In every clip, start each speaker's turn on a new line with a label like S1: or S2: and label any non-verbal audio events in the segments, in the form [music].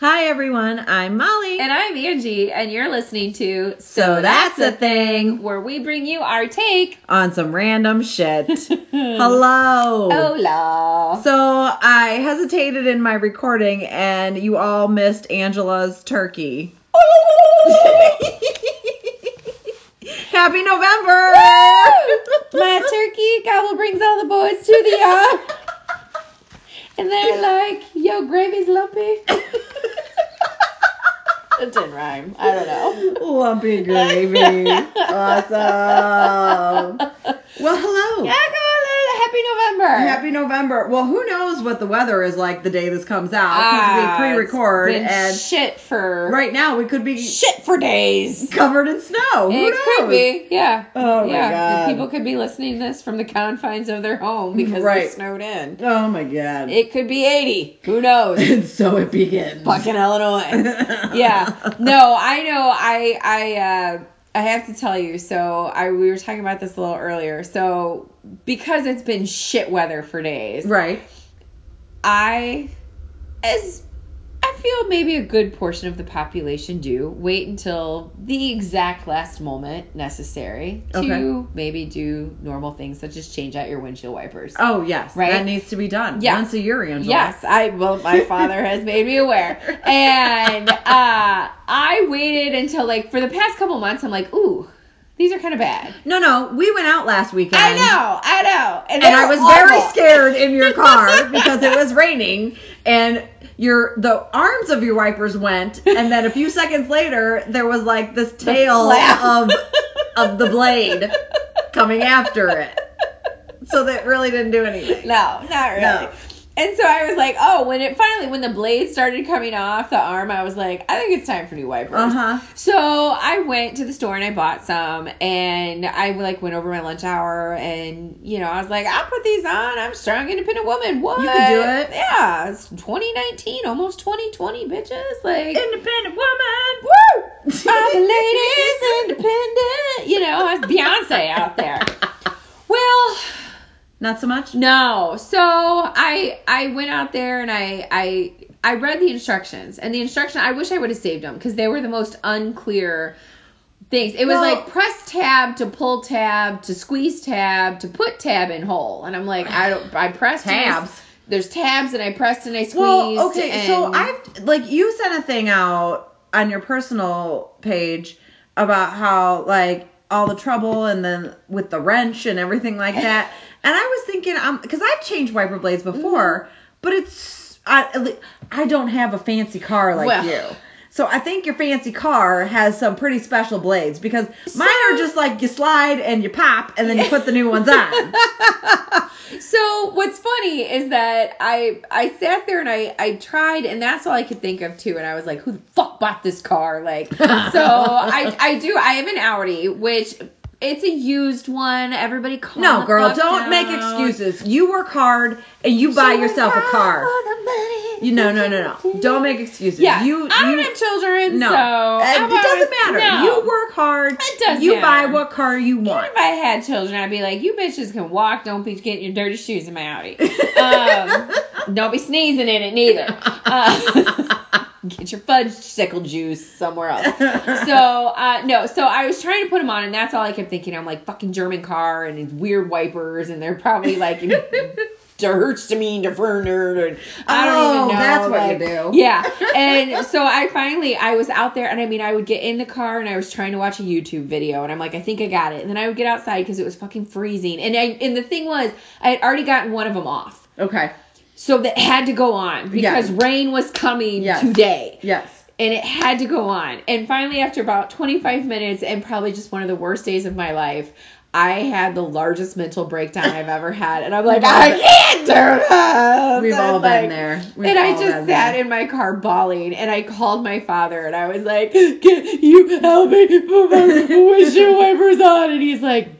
S1: Hi, everyone. I'm Molly.
S2: And I'm Angie, and you're listening to
S1: so that's a thing
S2: where we bring you our take.
S1: on some random shit.
S2: [laughs]
S1: Hello.
S2: Oh. Hola.
S1: [laughs] So I hesitated in my recording, and you all missed Angela's turkey. Happy November!
S2: My turkey gobble brings all the boys to the yard,
S1: [laughs]
S2: and they're like, "Yo, gravy's lumpy." It didn't rhyme. I don't know.
S1: Lumpy gravy. awesome. Well, hello.
S2: [laughs] Yeah, go on, Happy November.
S1: Happy November. Well, who knows what the weather is like the day this comes out
S2: Ah,
S1: because we pre-record
S2: it's been
S1: and
S2: shit for
S1: right now we could be
S2: shit for days.
S1: covered in snow. who
S2: It
S1: knows?
S2: could be, yeah.
S1: Oh my
S2: yeah.
S1: God.
S2: People could be listening to this from the confines of their home because
S1: Right.
S2: they're snowed in.
S1: Oh my god.
S2: It could be 80. Who knows?
S1: [laughs] and so it begins. [laughs]
S2: Fucking Illinois. yeah. No, I know. I I uh, I have to tell you. So I we were talking about this a little earlier. So because it's been shit weather for days,
S1: Right.
S2: I as I feel maybe a good portion of the population do wait until the exact last moment necessary to
S1: Okay.
S2: maybe do normal things such as change out your windshield wipers.
S1: Oh yes.
S2: Right?
S1: That needs to be done.
S2: Yes.
S1: Once a year, Angela.
S2: Yes, I well, my father has made me aware, [laughs] and uh, I waited until like for the past couple months. I'm like, ooh, these are kind of bad.
S1: No, no. We went out last weekend.
S2: I know, I know,
S1: And I
S2: they're
S1: was very
S2: awful.
S1: scared in
S2: [laughs]
S1: your car because it was raining and your the arms of your wipers went and then a few seconds later there was like this tail
S2: flap.
S1: of of the blade coming after it. So that really didn't do anything.
S2: No, not really.
S1: No.
S2: And so I was like, oh, when it finally when the blade started coming off the arm, I was like, I think it's time for new wipers.
S1: Uh-huh.
S2: So I went to the store and I bought some, and I like went over my lunch hour, and you know I was like, I'll put these on. I'm a strong, independent woman.
S1: can
S2: What?
S1: do it.
S2: Yeah, it's 2019, almost 2020, bitches. Like.
S1: Independent woman. [laughs]
S2: Woo! All the ladies independent. You know, I was Beyonce out there. Well,
S1: Not so much?
S2: no. So I I went out there and I I I read the instructions and the instruction. I wish I would have saved them because they were the most unclear things. It was
S1: Well-
S2: like press tab to pull tab to squeeze tab to put tab in hole, and I'm like I don't I pressed and I-
S1: Tabs.
S2: There's tabs and I pressed and I squeezed.
S1: Well, okay, so
S2: and-
S1: I've like you sent a thing out on your personal page about how like all the trouble and then with the wrench and everything
S2: [laughs]
S1: like that. and I was thinking, um, because I've changed wiper blades before, but it's I at le- I don't have a fancy car like
S2: Well.
S1: you. So I think your fancy car has some pretty special blades because mine are just like you slide and you pop and then you put the new ones
S2: [laughs]
S1: on.
S2: So what's funny is that I I sat there and I I tried and that's all I could think of too and I was like who the fuck bought this car like
S1: [laughs]
S2: so I I do I have an Audi which it's a used one everybody calm
S1: No,
S2: the
S1: girl,
S2: fuck
S1: don't
S2: down.
S1: make excuses. You work hard and you buy
S2: Someone
S1: yourself a
S2: got
S1: car.
S2: all the money.
S1: You no, no, no, no. Don't make excuses.
S2: yeah
S1: you,
S2: I don't
S1: you
S2: have children
S1: no.
S2: so
S1: Uh,
S2: I'm
S1: it doesn't
S2: always-
S1: matter.
S2: no.
S1: You work hard.
S2: It does
S1: You
S2: matter.
S1: buy what car you
S2: Even
S1: want.
S2: if I had children, I'd be like, you bitches can walk. Don't be getting your dirty shoes in my Audi. Um, don't be sneezing in it neither. Uh, [laughs] get your fudge sickle juice somewhere else. So, uh, no, so I was trying to put them on, and that's all I kept thinking. I'm like, fucking German car and these weird wipers, and they're probably like. [laughs] To Hertzamine to Ferner, and I don't
S1: Oh,
S2: even know.
S1: that's what you
S2: like-
S1: do.
S2: yeah. And so I finally I was out there and I mean I would get in the car and I was trying to watch a YouTube video and I'm like I think I got it. And then I would get outside cuz it was fucking freezing. And I and the thing was I had already gotten one of them off.
S1: [laughs] Okay.
S2: So that had to go on because
S1: Yes.
S2: rain was coming
S1: Yes.
S2: today.
S1: Yes.
S2: And it had to go on. And finally after about 25 minutes and probably just one of the worst days of my life, I had the largest mental breakdown I've ever had. And I'm like, I can't do this.
S1: We've
S2: And,
S1: all been
S2: like,
S1: there. We've
S2: and I
S1: all
S2: just
S1: been
S2: sat
S1: there.
S2: in my car bawling, and I called my father, and I was like, "Can you help me
S1: [laughs]
S2: put my windshield wipers on?" And he's like,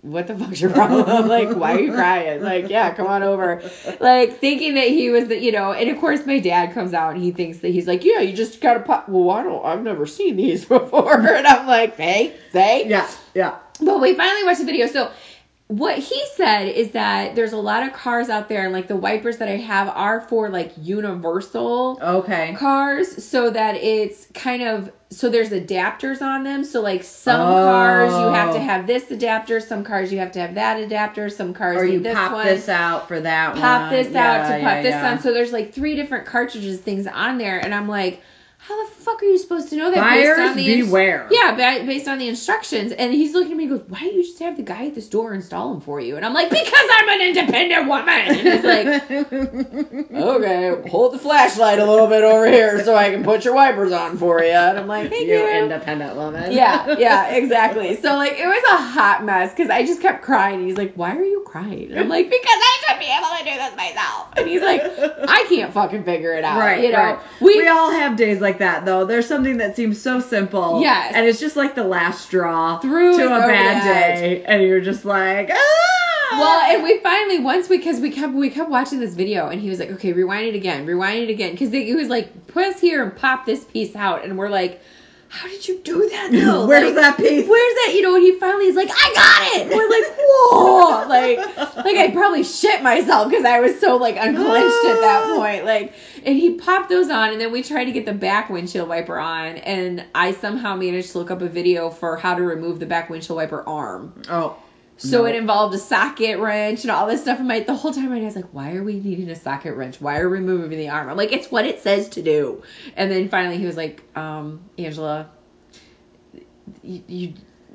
S2: "What the fuck's your problem?" [laughs] I'm like, "Why are you crying?" Like, "Yeah, come on over." Like thinking that he was, the, you know, and of course my dad comes out and he thinks that he's like, "Yeah, you just gotta pop." Well, I don't. I've never seen [laughs] these before, and I'm like, "Hey, hey."
S1: Yeah. Yeah.
S2: But we finally watched the video, so what he said is that there's a lot of cars out there, and like the wipers that I have are for like universal
S1: Okay.
S2: cars, so that it's kind of so there's adapters on them. So like some cars you have to
S1: Oh.
S2: have this adapter, some cars you have to have that adapter, some cars
S1: Or
S2: need
S1: you
S2: this
S1: pop
S2: one.
S1: this out for that one.
S2: pop this out to
S1: Yeah,
S2: pop
S1: yeah,
S2: this
S1: yeah.
S2: on. So there's like three different cartridges things on there, and I'm like, how the fuck are you supposed to know that based
S1: Buyers
S2: on the ins-
S1: beware.
S2: yeah, ba- based on the instructions. And he's looking at me and goes, Why don't you just have the guy at the store install them for you? And I'm like, Because I'm an independent woman. And he's like,
S1: [laughs]
S2: Okay, hold the flashlight a little bit over here so I can put your wipers on for you. And I'm like, Thank you.
S1: you independent woman.
S2: yeah, yeah, exactly. So like it was a hot mess because I just kept crying. He's like, "Why are you crying?" And I'm like, "Because I should be able to do this myself." And he's like, "I can't fucking figure it out."
S1: Right,
S2: you know,
S1: right. We, all have days like that, though. There's something that seems so simple,
S2: Yes.
S1: and it's just like the last straw to
S2: Threw us
S1: a
S2: over
S1: bad
S2: the edge.
S1: day, and you're just like, ah.
S2: Well, and we finally once because we kept we kept watching this video and he was like, okay, rewind it again, rewind it again, because he was like, put us here and pop this piece out, and we're like, how did you do that
S1: [laughs]
S2: though?
S1: where's
S2: Like,
S1: that piece?
S2: [laughs] Where's that? You know, and he finally is like, I got it. And we're like, whoa, [laughs] like, like I probably shit myself because I was so like unclenched at that point. Like, and he popped those on, and then we tried to get the back windshield wiper on, and I somehow managed to look up a video for how to remove the back windshield wiper arm.
S1: Oh,
S2: So
S1: No.
S2: it involved a socket wrench and all this stuff. And my the whole time I was like, why are we needing a socket wrench? Why are we removing the arm? I'm like, it's what it says to do. And then finally he was like, um, Angela, you, you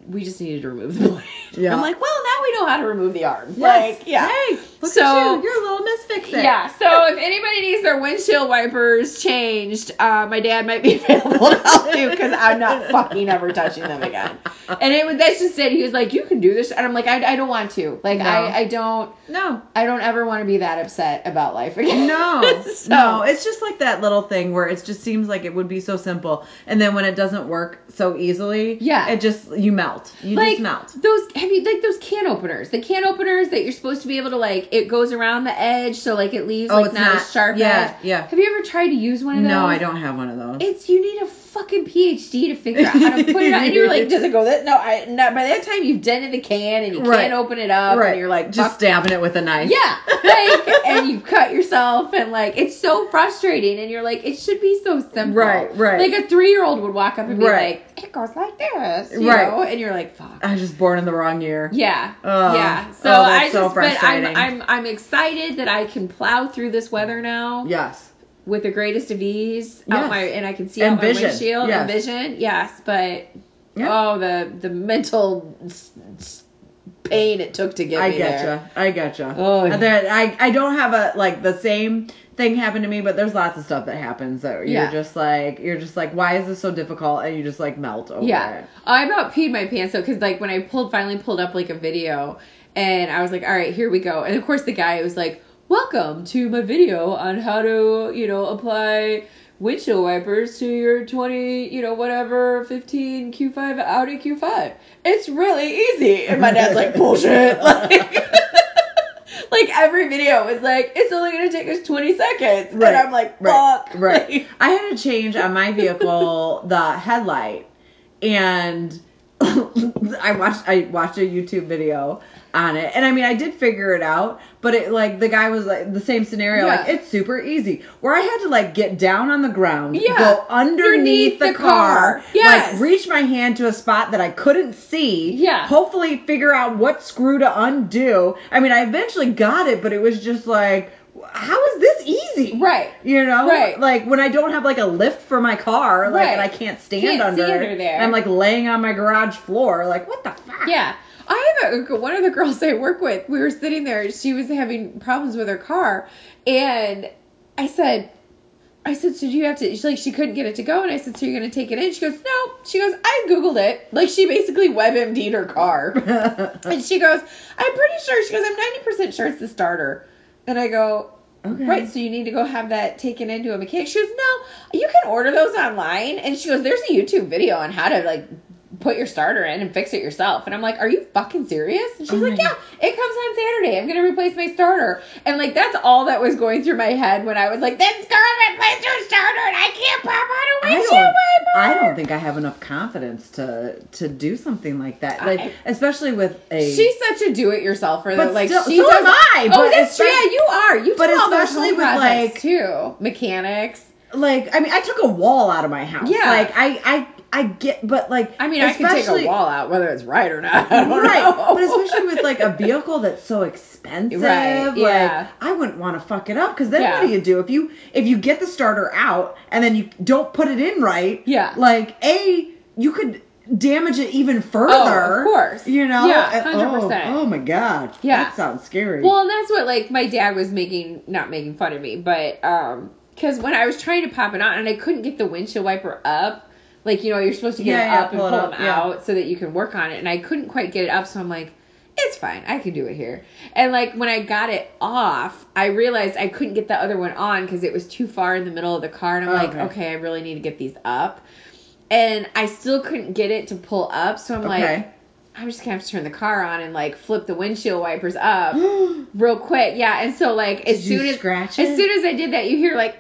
S2: we just needed to remove the [laughs] arm.
S1: Yeah.
S2: I'm like, well, now we know how to remove the arm.
S1: yes.
S2: Like, yeah.
S1: Hey, look
S2: So-
S1: at you. You're a little misfix.
S2: Yeah, so if anybody needs their windshield wipers changed, uh, my dad might be [laughs] available to help you because I'm not fucking ever touching them again. And it was that's just it. He was like, "You can do this," and I'm like, "I, I don't want to. Like,
S1: No.
S2: I, I don't,
S1: No.
S2: I don't ever want to be that upset about life again." [laughs]
S1: No,
S2: So-
S1: no, it's just like that little thing where it just seems like it would be so simple, and then when it doesn't work so easily,
S2: Yeah.
S1: it just you melt, you
S2: like
S1: just melt.
S2: those have you like those can openers the can openers that you're supposed to be able to like it goes around the edge so like it leaves
S1: Oh,
S2: like
S1: it's
S2: not,
S1: not-
S2: a sharp
S1: yeah,
S2: edge
S1: yeah.
S2: have you ever tried to use one of those
S1: No, I don't have one of those.
S2: It's you need a fucking PhD to figure out how to put
S1: [laughs]
S2: it on. And you're like, does it go that? No, I. No, by that time you've dented the can and you
S1: Right.
S2: can't open it up, and you're like,
S1: just
S2: fuck.
S1: stabbing it with a knife.
S2: Yeah,
S1: [laughs]
S2: like, and you cut yourself, and like, it's so frustrating. And you're like, it should be so simple,
S1: Right, right.
S2: Like a three year old would walk up and be
S1: Right.
S2: like, it goes like this, you
S1: Right.
S2: know? And you're like, fuck.
S1: I was just born in the wrong year.
S2: Yeah.
S1: Oh.
S2: yeah. So
S1: Oh,
S2: I
S1: that's
S2: just,
S1: so
S2: but I'm,
S1: frustrating.
S2: I'm, I'm excited that I can plow through this weather now
S1: Yes.
S2: with the greatest of ease
S1: Yes.
S2: out my and I can see
S1: And
S2: out
S1: vision.
S2: my windshield and
S1: Yes.
S2: vision. Yes, but
S1: Yeah.
S2: oh the the mental s- s- pain it took to get
S1: I
S2: me there.
S1: getcha. I getcha.
S2: Oh, yeah.
S1: There- I, I don't have a like the same thing happened to me, but there's lots of stuff that happens that you're
S2: Yeah.
S1: just like you're just like why is this so difficult and you just like melt over
S2: Yeah,
S1: it.
S2: I about peed my pants though because like when I pulled finally pulled up like a video and I was like, all right, here we go. And of course the guy was like, welcome to my video on how to you know apply windshield wipers to your 20 you know whatever 15 q5 audi q5 it's really easy and my dad's like bullshit [laughs] like, like every video was like it's only gonna take us 20 seconds
S1: Right,
S2: and i'm like
S1: right,
S2: fuck
S1: right.
S2: [laughs] Like,
S1: I had to change on my vehicle the headlight, and [laughs] I watched I watched a YouTube video on it, and I mean I did figure it out, but it like the guy was like the same scenario, like
S2: Yeah.
S1: it's super easy. Where I had to like get down on the ground,
S2: Yeah.
S1: go underneath
S2: Underneath
S1: the,
S2: the
S1: car,
S2: car. Yes.
S1: like reach my hand to a spot that I couldn't see,
S2: Yeah.
S1: hopefully figure out what screw to undo. I mean I eventually got it, but it was just like. How is this easy?
S2: Right.
S1: You know,
S2: Right.
S1: Like when I don't have like a lift for my car, like and I
S2: Right.
S1: can't stand
S2: Can't see
S1: under, it,
S2: under there.
S1: and I'm like laying on my garage floor, like what the fuck? [laughs]
S2: Yeah. I have a, one of the girls I work with. We were sitting there. She was having problems with her car, and I said, "I said, so do you have to?" She's like, she couldn't get it to go, and I said, "So you're gonna take it in?" She goes, "No." She goes, "I googled it." Like she basically WebMD'd her car, and she goes, "I'm pretty sure." She goes, "I'm ninety percent sure it's the starter," and I go.
S1: Okay.
S2: Right, so you need to go have that taken into a mechanic. She goes, no, you can order those online. And she goes, there's a YouTube video on how to like put your starter in and fix it yourself. And I'm like, are you fucking serious? And she's
S1: Oh
S2: like,
S1: my-
S2: yeah, it comes on Saturday. I'm gonna replace my starter. And like that's all that was going through my head when I was like, then Scarlett replace your starter, and I can't pop out a
S1: I
S2: windshield
S1: don't,
S2: wiper.
S1: I don't think I have enough confidence to to do something like that. Like
S2: I-
S1: especially with a
S2: She's such a do-it-yourselfer.
S1: But
S2: though. Like
S1: still-
S2: she
S1: so
S2: does,
S1: am I,
S2: Oh,
S1: but
S2: that's true.
S1: espe-
S2: Yeah, you are. You
S1: but
S2: do all those
S1: especially
S2: home
S1: with,
S2: projects,
S1: like-
S2: too mechanics.
S1: like I mean I took a wall out of my house.
S2: Yeah.
S1: Like I I I get but like
S2: I mean, I can take
S1: especially-
S2: a wall out whether it's right or not. I don't
S1: Right,
S2: know. [laughs]
S1: but especially with like a vehicle that's so expensive,
S2: Right,
S1: like
S2: yeah.
S1: I wouldn't want to fuck it up because then
S2: Yeah.
S1: what do you do if you if you get the starter out and then you don't put it in right?
S2: Yeah.
S1: like a you could damage it even further.
S2: Oh, course.
S1: you know.
S2: Yeah,
S1: And-
S2: 100%.
S1: Oh, oh my god,
S2: Yeah.
S1: that sounds scary.
S2: Well, and that's what like my dad was making not making fun of me, but um cuz when I was trying to pop it on and I couldn't get the windshield wiper up, like you know, you're supposed to get
S1: Yeah,
S2: it
S1: yeah,
S2: up and
S1: pull
S2: pull,
S1: it
S2: them
S1: up, yeah.
S2: out so that you can work on it and I couldn't quite get it up so I'm like it's fine. I can do it here. And like when I got it off, I realized I couldn't get the other one on cuz it was too far in the middle of the car and I'm like,
S1: Oh, Okay.
S2: okay, I really need to get these up. And I still couldn't get it to pull up, so I'm like
S1: okay.
S2: I'm just gonna have to turn the car on and like flip the windshield
S1: [gasps]
S2: wipers up [gasps] real quick. Yeah, and so like as
S1: Did you
S2: soon as
S1: scratch
S2: as
S1: it?
S2: soon as I did that, you hear like,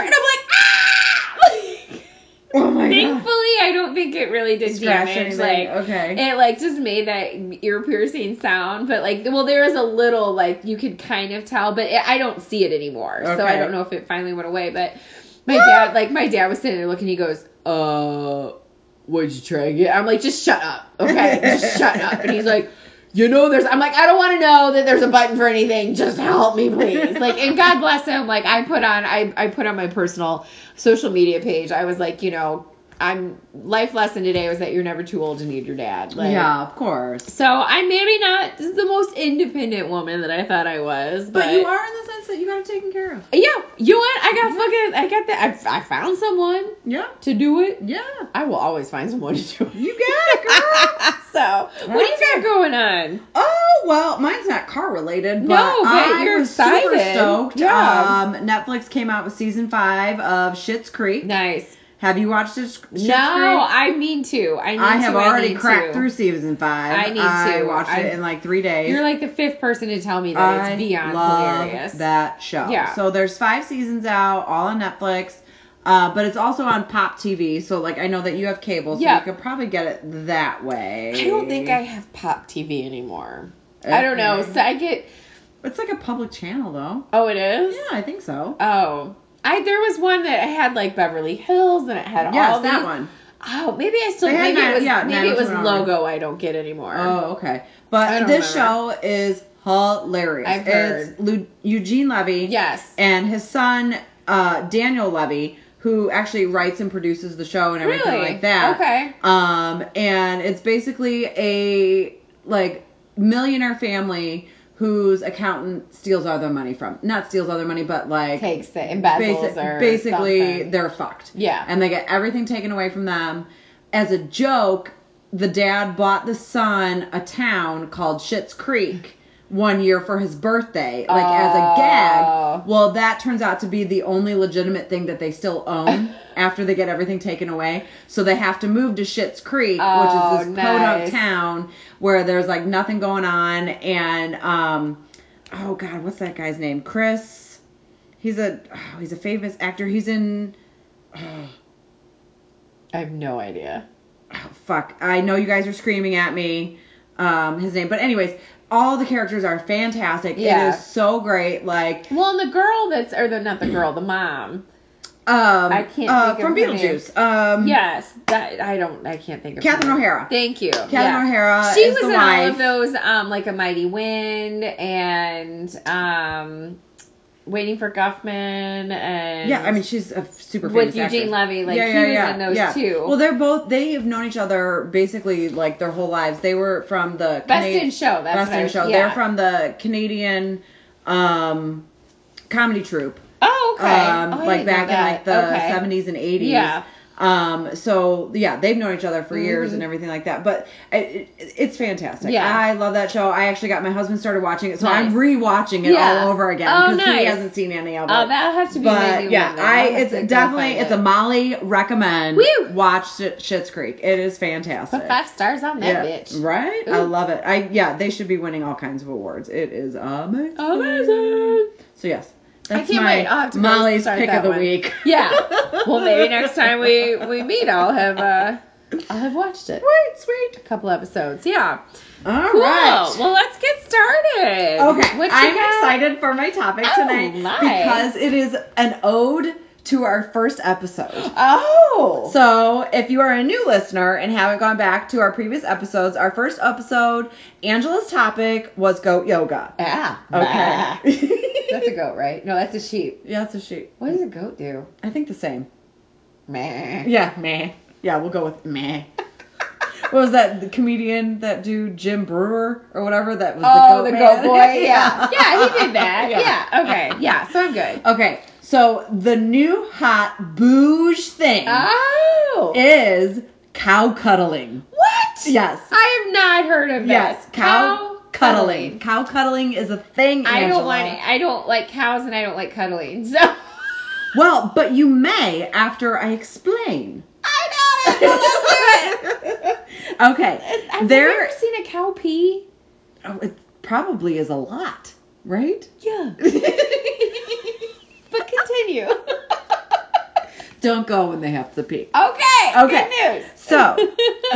S1: [gasps]
S2: and I'm like, ah!
S1: [gasps] [laughs] oh my god.
S2: thankfully, I don't think it really did
S1: Scratch
S2: damage.
S1: anything.
S2: Like,
S1: okay.
S2: it like just made that ear piercing sound, but like, well, there was a little like you could kind of tell, but it, I don't see it anymore, so I
S1: Okay.
S2: don't know if it finally went away. But my dad, like, my dad was sitting there looking. He goes, "Uh, what'd you try again?" I'm like, "Just shut up, okay? just shut up." And he's like. You know, there's. I'm like, I don't want to know that there's a button for anything. Just help me, please. Like, and God bless him. Like, I put on, I, I put on my personal social media page. I was like, you know, I'm life lesson today was that you're never too old to need your dad. Like,
S1: yeah, of course.
S2: so I'm maybe not the most independent woman that I thought I was, but,
S1: But you are in the sense that you got it taken care of.
S2: Yeah, you know what? I got fucking. I got that. I, I found someone
S1: Yeah.
S2: to do it.
S1: Yeah.
S2: I will always find someone to do it. [laughs]
S1: You got it, girl.
S2: so what do you got going on?
S1: Oh well, mine's not car related, but,
S2: No, but
S1: I
S2: you're
S1: was super
S2: excited.
S1: stoked.
S2: Yeah.
S1: Um, Netflix came out with season five of Schitt's Creek.
S2: Nice.
S1: Have you watched Schitt's Creek?
S2: no, I mean to. I need
S1: I have
S2: to, I
S1: already
S2: need
S1: cracked
S2: to.
S1: through season five.
S2: I need
S1: I
S2: to.
S1: watched
S2: I'm-
S1: it in like three days.
S2: You're like the fifth person to tell me that
S1: I
S2: it's beyond
S1: love
S2: hilarious.
S1: That show.
S2: Yeah.
S1: So there's five seasons out, all on Netflix. Uh, but it's also on Pop TV, so like I know that you have cable, so
S2: Yeah.
S1: you could probably get it that way.
S2: I don't think I have pop TV anymore. I don't know.
S1: Okay.
S2: So I get.
S1: It's like a public channel though.
S2: Oh, it is.
S1: Yeah, I think so.
S2: Oh, I there was one that had like Beverly Hills and it had
S1: yes,
S2: all
S1: that
S2: these-
S1: one.
S2: Oh, maybe I still
S1: They had
S2: maybe
S1: nine-
S2: it was
S1: yeah,
S2: maybe it was
S1: 90210.
S2: logo I don't get anymore.
S1: Oh, okay.
S2: I
S1: But
S2: don't
S1: this
S2: remember.
S1: show is hilarious.
S2: I've heard.
S1: It's Lu- Eugene Levy
S2: yes.
S1: and his son uh, Daniel Levy, who actually writes and produces the show and everything
S2: Really?
S1: like that.
S2: Okay.
S1: Um, and it's basically a like millionaire family whose accountant steals all their money from. Not steals all their money, but like
S2: Takes it embezzles
S1: basi-
S2: or
S1: basically
S2: something.
S1: they're fucked.
S2: Yeah.
S1: And they get everything taken away from them. As a joke, the dad bought the son a town called Schitt's Creek one year for his birthday, like as a
S2: Oh.
S1: gag. Well, that turns out to be the only legitimate thing that they still
S2: [laughs]
S1: own after they get everything taken away. So they have to move to Schitt's Creek,
S2: Oh,
S1: which is this podunk
S2: nice.
S1: town where there's like nothing going on and um oh god, what's that guy's name? Chris He's a oh, he's a famous actor. He's in
S2: I have no idea.
S1: oh, fuck. I know you guys are screaming at me. Um, his name, but anyways, all the characters are fantastic.
S2: Yeah.
S1: It is so great. Like,
S2: Well, and the girl that's or the not the girl, the mom.
S1: um,
S2: I can't
S1: uh,
S2: think of
S1: from
S2: her name.
S1: Beetlejuice. Um,
S2: Yes, that I don't. I can't think of her
S1: Catherine
S2: name.
S1: O'Hara.
S2: Thank you,
S1: Catherine O'Hara
S2: She
S1: is
S2: was
S1: the
S2: in all
S1: wife.
S2: of those, um, like a Mighty Wind and um, Waiting for Guffman and
S1: Yeah, I mean she's a super
S2: with
S1: famous actress.
S2: Eugene Levy, like,
S1: yeah,
S2: he
S1: yeah,
S2: was
S1: yeah,
S2: in those
S1: yeah.
S2: too.
S1: Well, they're both they have known each other basically like their whole lives. They were from the
S2: Best
S1: Cana-
S2: in Show. That's
S1: Best
S2: what I
S1: in
S2: was-
S1: Show.
S2: yeah.
S1: They're from the Canadian um, comedy troupe.
S2: Oh, okay.
S1: um,
S2: Oh,
S1: like
S2: I didn't know
S1: back in
S2: that.
S1: like the
S2: Okay.
S1: 70s and 80s.
S2: Yeah.
S1: Um, so yeah, they've known each other for years
S2: Mhm.
S1: and everything like that. But it, it, it's fantastic.
S2: Yeah.
S1: I love that show. I actually got my husband started watching it, so
S2: Nice.
S1: I'm rewatching it
S2: Yeah.
S1: all over again
S2: Oh,
S1: because
S2: nice.
S1: he hasn't seen any of it.
S2: Oh, that'll have to be.
S1: but
S2: maybe
S1: yeah,
S2: one day.
S1: I
S2: I'll have
S1: it's
S2: to go
S1: definitely
S2: find
S1: it's
S2: it.
S1: a Molly recommend.
S2: Woo!
S1: Watch Shit's Creek. It is fantastic.
S2: Put five stars on that
S1: yeah,
S2: bitch.
S1: Right? I
S2: Ooh.
S1: love it. I yeah, they should be winning all kinds of awards. It is amazing.
S2: Amazing.
S1: So yes, That's
S2: can't
S1: my
S2: wait. I'll have to go
S1: Molly's
S2: start
S1: pick
S2: that
S1: of the
S2: one.
S1: week.
S2: [laughs] Yeah.
S1: [laughs]
S2: Well, maybe next time we we meet, I'll have uh, I'll have
S1: [laughs]
S2: watched it.
S1: Sweet, sweet.
S2: A couple episodes. Yeah.
S1: All
S2: Cool.
S1: right.
S2: Well, let's get started.
S1: Okay,
S2: What you
S1: I'm
S2: got?
S1: excited for my topic
S2: Oh,
S1: tonight
S2: my.
S1: because it is an ode to our first episode.
S2: Oh.
S1: So, if you are a new listener and haven't gone back to our previous episodes, our first episode, Angela's topic was goat yoga.
S2: yeah. Bah. That's
S1: Okay.
S2: a goat, right? No, that's a sheep.
S1: [laughs] yeah, that's a sheep.
S2: What does a goat do?
S1: I think the same.
S2: Meh.
S1: Yeah, meh. Yeah, we'll go with meh. What was that the comedian that dude Jim Brewer or whatever that was
S2: Oh, the
S1: man?
S2: goat
S1: [laughs]
S2: boy. [laughs] Yeah. yeah, he did that.
S1: Yeah.
S2: Yeah. Okay. Yeah. So I'm good.
S1: Okay, so the new hot bouge thing
S2: Oh.
S1: is cow cuddling.
S2: what?
S1: Yes.
S2: I have not heard of
S1: Yes,
S2: this.
S1: cow, cuddling. Cow cuddling is a thing.
S2: I
S1: Angela.
S2: don't want it. I don't like cows and I don't like cuddling. So [laughs]
S1: Well, but you may after I explain.
S2: I [laughs]
S1: okay,
S2: I've
S1: There-
S2: never seen a cow pee.
S1: oh, it probably is a lot,
S2: [laughs]
S1: right?
S2: Yeah. But continue.
S1: don't go when they have to
S2: [laughs]
S1: pee.
S2: okay.
S1: Okay.
S2: Good news.
S1: So,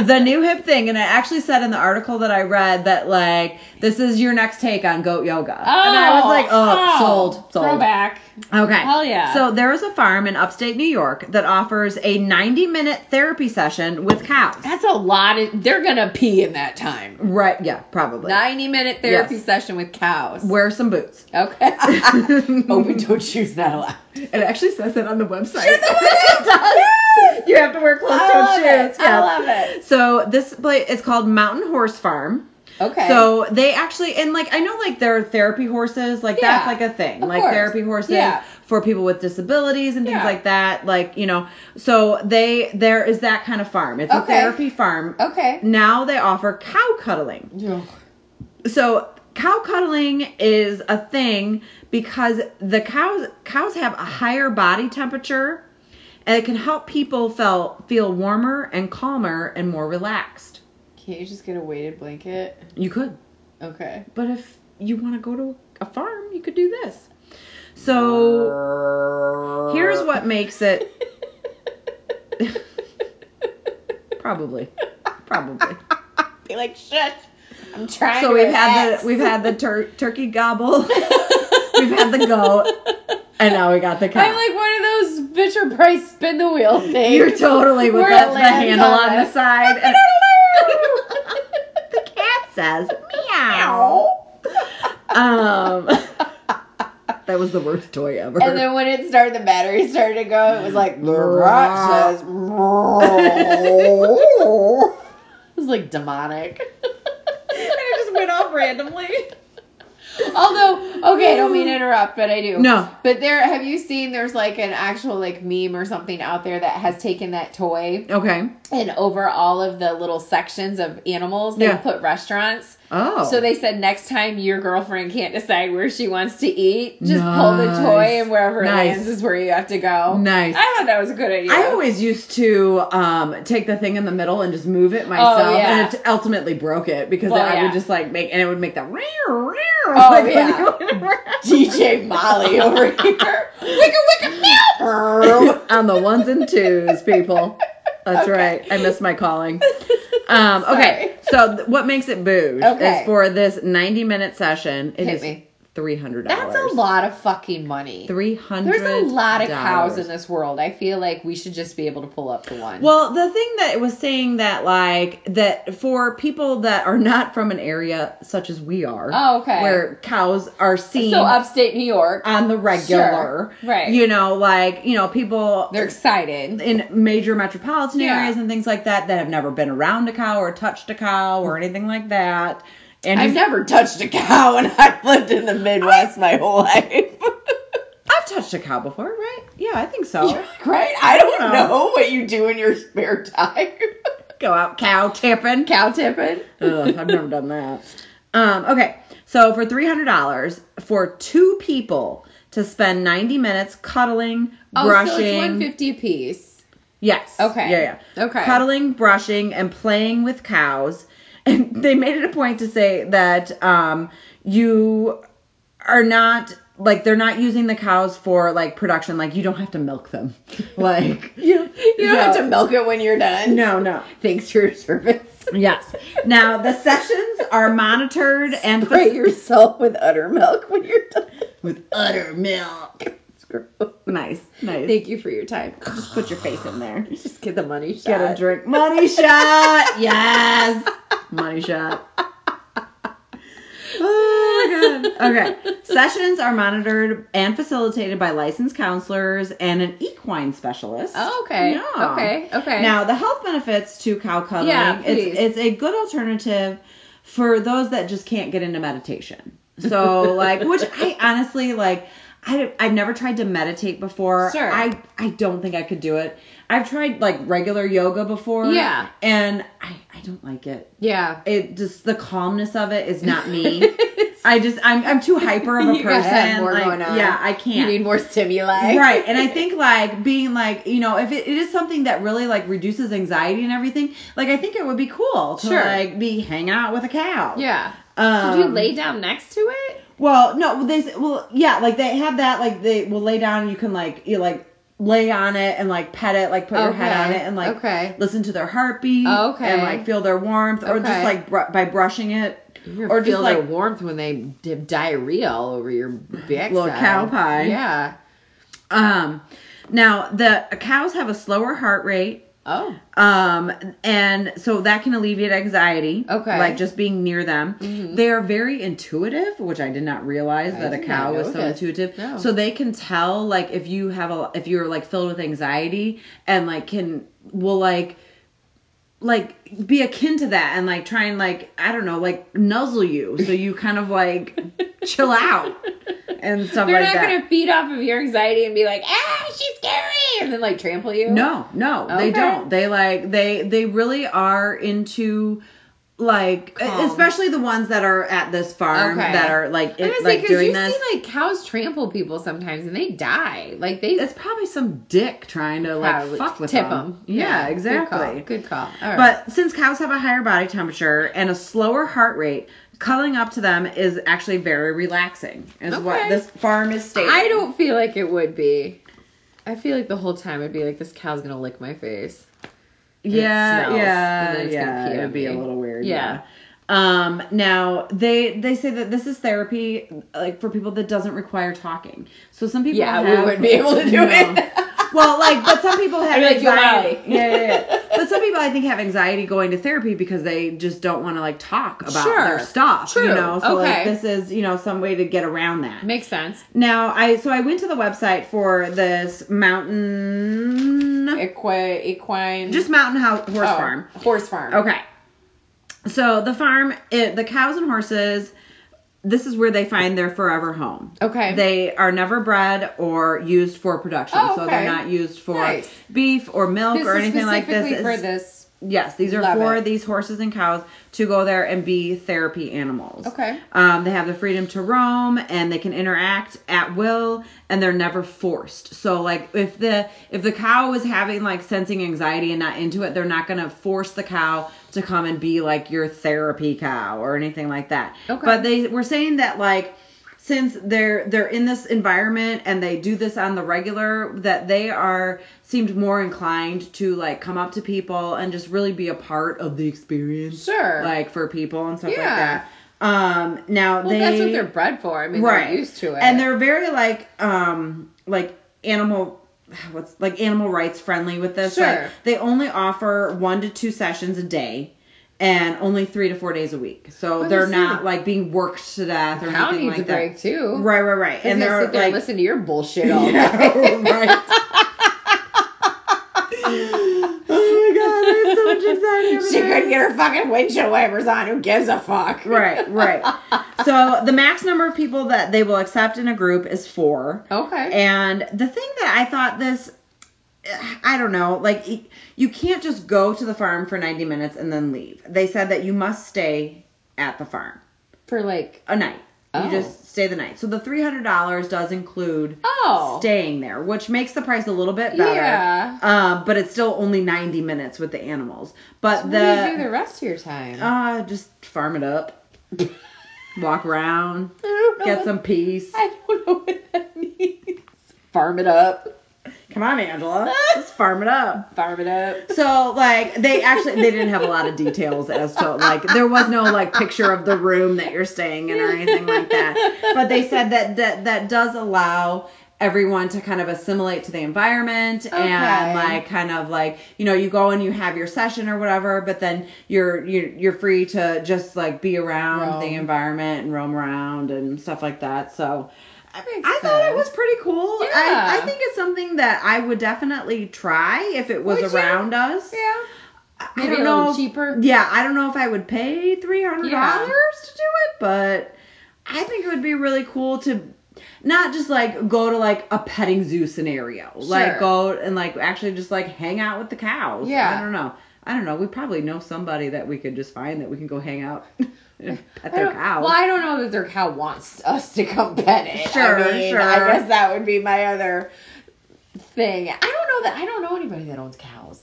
S1: the new hip thing, and it actually said in the article that I read that like this is your next take on goat yoga, and I was like, oh, sold, sold.
S2: Throwback.
S1: Okay.
S2: Hell yeah.
S1: So there is a farm in upstate New York that offers a 90 minute therapy session with cows.
S2: That's a lot. Of, they're gonna pee in that time.
S1: Right. Yeah, probably.
S2: Ninety minute therapy
S1: Yes.
S2: session with cows.
S1: Wear some
S2: [laughs]
S1: boots.
S2: okay. [laughs]
S1: Open
S2: toe shoes not allowed.
S1: It actually says that on the website. [laughs]
S2: It does.
S1: You have to wear closed
S2: I love
S1: toed
S2: it.
S1: shoes.
S2: I love it.
S1: So this place is called Mountain Horse Farm.
S2: Okay.
S1: So they actually and like I know like there are therapy horses, like that's
S2: Yeah,
S1: like a thing.
S2: of
S1: Like
S2: course.
S1: therapy horses
S2: Yeah.
S1: for people with disabilities and things
S2: Yeah.
S1: like that. Like, you know. So they there is that kind of farm. It's a
S2: Okay.
S1: therapy farm.
S2: okay.
S1: Now they offer cow cuddling. So cow cuddling is a thing because the cows cows have a higher body temperature and it can help people feel feel warmer and calmer and more relaxed.
S2: Can't you just get a weighted blanket?
S1: You could.
S2: [laughs] Okay.
S1: But if you want to go to a farm, you could do this. So here's what makes it probably probably.
S2: Be like, shit. I'm trying.
S1: So
S2: to
S1: we've had
S2: relax."
S1: the we've had the tur- turkey gobble, [laughs] we've had the goat, and now we got the cow.
S2: [laughs] I'm like one of those Fisher Price spin the
S1: [laughs]
S2: wheel things.
S1: You're totally with
S2: Where
S1: that,
S2: it
S1: the
S2: lands
S1: handle
S2: on
S1: on the
S2: it.
S1: side. and- [laughs] the cat says meow. [laughs] Um, that was the worst toy ever.
S2: And then when it started, the battery started to go. It was like the rat says. [laughs] it was like demonic. [laughs]
S1: And it just went off randomly.
S2: Although, okay, I don't mean to interrupt, but I do.
S1: No.
S2: But there, have you seen there's like an actual like meme or something out there that has taken that toy
S1: Okay.
S2: and over all of the little sections of animals, they
S1: Yeah.
S2: put restaurants.
S1: Oh.
S2: So they said next time your girlfriend can't decide where she wants to eat, just pull the toy
S1: Nice.
S2: and wherever
S1: Nice.
S2: it lands is where you have to go.
S1: Nice.
S2: I thought that was a good idea.
S1: I
S2: [laughs]
S1: always used to um, take the thing in the middle and just move it myself,
S2: yeah.
S1: and it ultimately broke it because
S2: Well,
S1: I
S2: yeah.
S1: would just like make, and it would make [laughs] that. Oh
S2: yeah.
S1: [laughs]
S2: DJ Molly over here. Wicka wicka meow.
S1: on the ones and twos, people. That's
S2: Okay.
S1: right. I missed my
S2: [laughs]
S1: calling. Um, okay, so th- what makes it booge
S2: Okay.
S1: is for this 90 minute session, It
S2: Hit
S1: is
S2: me.
S1: $300.
S2: That's a lot of fucking money.
S1: 300
S2: There's a lot of cows in this world. I feel like we should just be able to pull up the one.
S1: Well, the thing that it was saying that, like, that for people that are not from an area such as we are,
S2: Oh, okay.
S1: where cows are seen
S2: so upstate New York,
S1: on the regular,
S2: right.
S1: You know, like, you know, people
S2: they're excited.
S1: in major metropolitan
S2: Yeah.
S1: areas and things like that that have never been around a cow or touched a cow or anything like that. And
S2: I've
S1: I've,
S2: never touched a cow, and [laughs] I've lived in the Midwest my whole life. [laughs]
S1: I've touched a cow before, right? Yeah, I think so.
S2: Great. I don't
S1: No.
S2: know what you do in your spare time.
S1: [laughs]
S2: [laughs]
S1: Go out cow tipping.
S2: cow tipping.
S1: Ugh, I've never done that. Um, okay, so for three hundred dollars for two people to spend ninety minutes cuddling, brushing.
S2: Oh, so it's 150 a piece.
S1: Yes.
S2: Okay.
S1: Yeah, yeah.
S2: Okay.
S1: Cuddling, brushing, and playing with cows. [laughs] And they made it a point to say that um, you are not like they're not using the cows for like production. Like you don't have to milk them. [laughs] Like you,
S2: You don't have to milk it when you're done.
S1: No, no.
S2: Thanks for
S1: [laughs]
S2: your service.
S1: Yes. Now the sessions are monitored and
S2: Spray yourself with utter milk when you're done.
S1: with utter milk.
S2: It's gross.
S1: [laughs] Nice, nice.
S2: Thank you for your time.
S1: Just put your face in there.
S2: [laughs] Just get the money shot.
S1: Get a drink. Money shot.
S2: [laughs]
S1: Yes. Money shot. Oh my god. Okay. Sessions are monitored and facilitated by licensed counselors and an equine specialist.
S2: Oh, okay.
S1: Yeah.
S2: Okay. Okay.
S1: Now, the health benefits to cow cuddling,
S2: Yeah, please.
S1: it's, it's a good alternative for those that just can't get into meditation.
S2: [laughs]
S1: So, like, which I honestly, like, I, I've never tried to meditate before.
S2: Sure.
S1: I, I don't think I could do it. I've tried, like, regular yoga before.
S2: Yeah.
S1: And I, I don't like it.
S2: yeah.
S1: It just, the calmness of it is not
S2: [laughs]
S1: me. I just, I'm, I'm too hyper of a
S2: You guys
S1: person.
S2: have more
S1: like,
S2: going on.
S1: Yeah, I can't
S2: You need more [laughs] stimuli.
S1: right and i think like being like you know if it, it is something that really like reduces anxiety and everything like i think it would be cool to
S2: Sure.
S1: like be hang out with a cow
S2: Yeah.
S1: um,
S2: Did you lay down next to it?
S1: well no they s- well yeah like they have that like they will lay down you can like you like lay on it and like pet it like put your head on it and like
S2: okay.
S1: listen to their heartbeat
S2: Okay.
S1: and like feel their warmth or just
S2: Okay.
S1: like br- by brushing it
S2: or
S1: or just
S2: feel their
S1: like
S2: warmth when they dip diarrhea all over your backside.
S1: Little cow pie.
S2: Yeah.
S1: um now the cows have a slower heart rate
S2: Oh.
S1: Um, and so that can alleviate anxiety.
S2: Okay.
S1: Like just being near them.
S2: Mhm.
S1: They are very intuitive, which I did not realize
S2: I
S1: that a
S2: did
S1: cow
S2: not
S1: was
S2: know
S1: so
S2: that.
S1: intuitive.
S2: No.
S1: So they can tell like if you have a if you're like filled with anxiety and like can will like like be akin to that and like try and like I don't know like nuzzle you so you kind of like chill
S2: [laughs]
S1: out and stuff
S2: They're
S1: like
S2: not
S1: that.
S2: gonna feed off of your anxiety and be like, ah, she's scary, and then like trample you.
S1: No, no,
S2: Okay.
S1: they don't. They like they they really are into like e,
S2: Calm.
S1: especially the ones that are at this farm
S2: Okay.
S1: that are like
S2: I'm
S1: it,
S2: gonna say
S1: like
S2: because
S1: doing
S2: you
S1: this.
S2: see like cows trample people sometimes and they die. Like they
S1: it's probably some dick trying to like
S2: probably
S1: fuck with
S2: tip
S1: them.
S2: them.
S1: Yeah,
S2: good
S1: exactly.
S2: call, Good call. All right.
S1: But since cows have a higher body temperature and a slower heart rate, cuddling up to them is actually very relaxing. Is
S2: Okay.
S1: what this farm is stating.
S2: I don't feel like it would be. I feel like the whole time I'd be like, this cow's gonna lick my face.
S1: yeah,
S2: smells,
S1: yeah,
S2: and then it's gonna
S1: yeah.
S2: pee
S1: It
S2: on
S1: would be a
S2: me.
S1: little weird.
S2: Yeah.
S1: Yeah. Um, now they they say that this is therapy like for people that doesn't require talking. So some people
S2: Yeah, we
S1: have-
S2: wouldn't be able to do it.
S1: [laughs] well, like, but some people have
S2: I'd be like, "You're
S1: anxiety.
S2: out."
S1: Yeah, yeah, yeah. But some people, I think, have anxiety going to therapy because they just don't want to like talk about
S2: Sure.
S1: their stuff.
S2: True.
S1: You know, so like
S2: Okay.
S1: this is you know some way to get around that.
S2: Makes sense.
S1: Now, I so I went to the website for this mountain,
S2: Equi- equine.
S1: just mountain house horse
S2: Oh,
S1: farm.
S2: Horse farm.
S1: Okay. So the farm, it, the cows and horses, this is where they find their forever home.
S2: Okay.
S1: They are never bred or used for production,
S2: Oh,
S1: so
S2: okay.
S1: they're not used for
S2: Nice.
S1: beef or milk
S2: this
S1: or
S2: is
S1: anything like this.
S2: specifically
S1: It's-
S2: for this.
S1: Yes, these are
S2: Love
S1: for
S2: it.
S1: these horses and cows to go there and be therapy animals.
S2: Okay.
S1: Um, they have the freedom to roam and they can interact at will and they're never forced. So like if the if the cow is having like sensing anxiety and not into it, they're not gonna force the cow to come and be like your therapy cow or anything like that.
S2: Okay.
S1: But they were saying that like since they're they're in this environment and they do this on the regular that they are seemed more inclined to like come up to people and just really be a part of the experience
S2: Sure.
S1: like for people and stuff
S2: Yeah.
S1: like that um now
S2: well,
S1: they
S2: that's what they're bred for. I mean,
S1: right
S2: they're used to it.
S1: and they're very like um like animal what's like animal rights friendly with this
S2: Sure.
S1: Like, they only offer one to two sessions a day and only three to four days a week so
S2: Well,
S1: they're
S2: this
S1: not
S2: is-
S1: like being worked to death or
S2: cow
S1: anything
S2: needs
S1: like
S2: a
S1: that
S2: break too.
S1: Right, right, right.
S2: And
S1: And
S2: they
S1: they're
S2: sit there and
S1: like, [laughs]
S2: listen to your bullshit all day.
S1: yeah,
S2: [laughs]
S1: right. oh my god, I'm so much anxiety. over
S2: She
S1: this.
S2: couldn't get her fucking windshield wipers on. Who gives a fuck?
S1: Right, right. So the max number of people that they will accept in a group is four.
S2: Okay.
S1: And the thing that I thought this, I don't know, like y- you can't just go to the farm for 90 minutes and then leave. They said that you must stay at the farm
S2: For like,
S1: a night.
S2: Oh.
S1: You just stay the night. So the $300 does include
S2: oh.
S1: staying there, which makes the price a little bit better.
S2: Yeah.
S1: Um, but it's still only 90 minutes with the animals. But
S2: What do you do
S1: the,
S2: the rest of your time?
S1: uh, just farm it up. Walk around,
S2: I don't know.
S1: get
S2: what-
S1: some peace.
S2: I don't know what that means. Farm it up.
S1: Come on, Angela. Let's farm it up.
S2: Farm it up.
S1: So like they actually they didn't have a lot of details as to like there was no like picture of the room that you're staying in or anything like that. But they said that that, that does allow everyone to kind of assimilate to the environment
S2: Okay.
S1: and like kind of like you know you go and you have your session or whatever but then you're you're, you're free to just like be around the
S2: Roam.
S1: environment and roam around and stuff like that so I,
S2: Makes
S1: I thought it
S2: sense.
S1: was pretty cool I, I
S2: Yeah.
S1: think it's something that I would definitely try if it was
S2: Would you?
S1: around us
S2: Yeah.
S1: I- I
S2: Maybe
S1: don't
S2: a little
S1: know if-
S2: cheaper.
S1: Yeah, I don't know if I would pay three hundred dollars
S2: Yeah.
S1: to do it, but I think it would be really cool to not just like go to like a petting zoo scenario, like
S2: Sure.
S1: go and like actually just like hang out with the cows.
S2: Yeah.
S1: I don't know. I don't know. We probably know somebody that we could just find that we can go hang out [laughs] at
S2: I
S1: their
S2: don't-
S1: cow.
S2: Well, I don't know that their cow wants us to come pet it.
S1: Sure,
S2: I mean,
S1: sure.
S2: I guess that would be my other thing. I don't know that I don't know anybody that owns cows.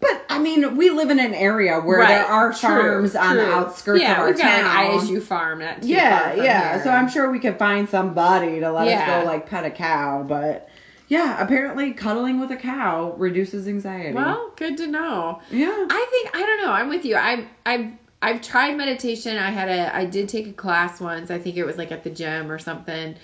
S1: But I mean, we live in an area where there
S2: Right,
S1: are
S2: true,
S1: farms on the
S2: true.
S1: outskirts
S2: yeah,
S1: of our
S2: we've
S1: town.
S2: Got an ISU farm, not too
S1: Yeah,
S2: far from
S1: yeah.
S2: here.
S1: So I'm sure we could find somebody to let
S2: Yeah.
S1: us go like pet a cow, but yeah, apparently cuddling with a cow reduces anxiety.
S2: Well, good to know.
S1: yeah.
S2: I think I don't know. I'm with you. I'm I'm I've tried meditation. I had a I did take a class once. I think it was like at the gym or something.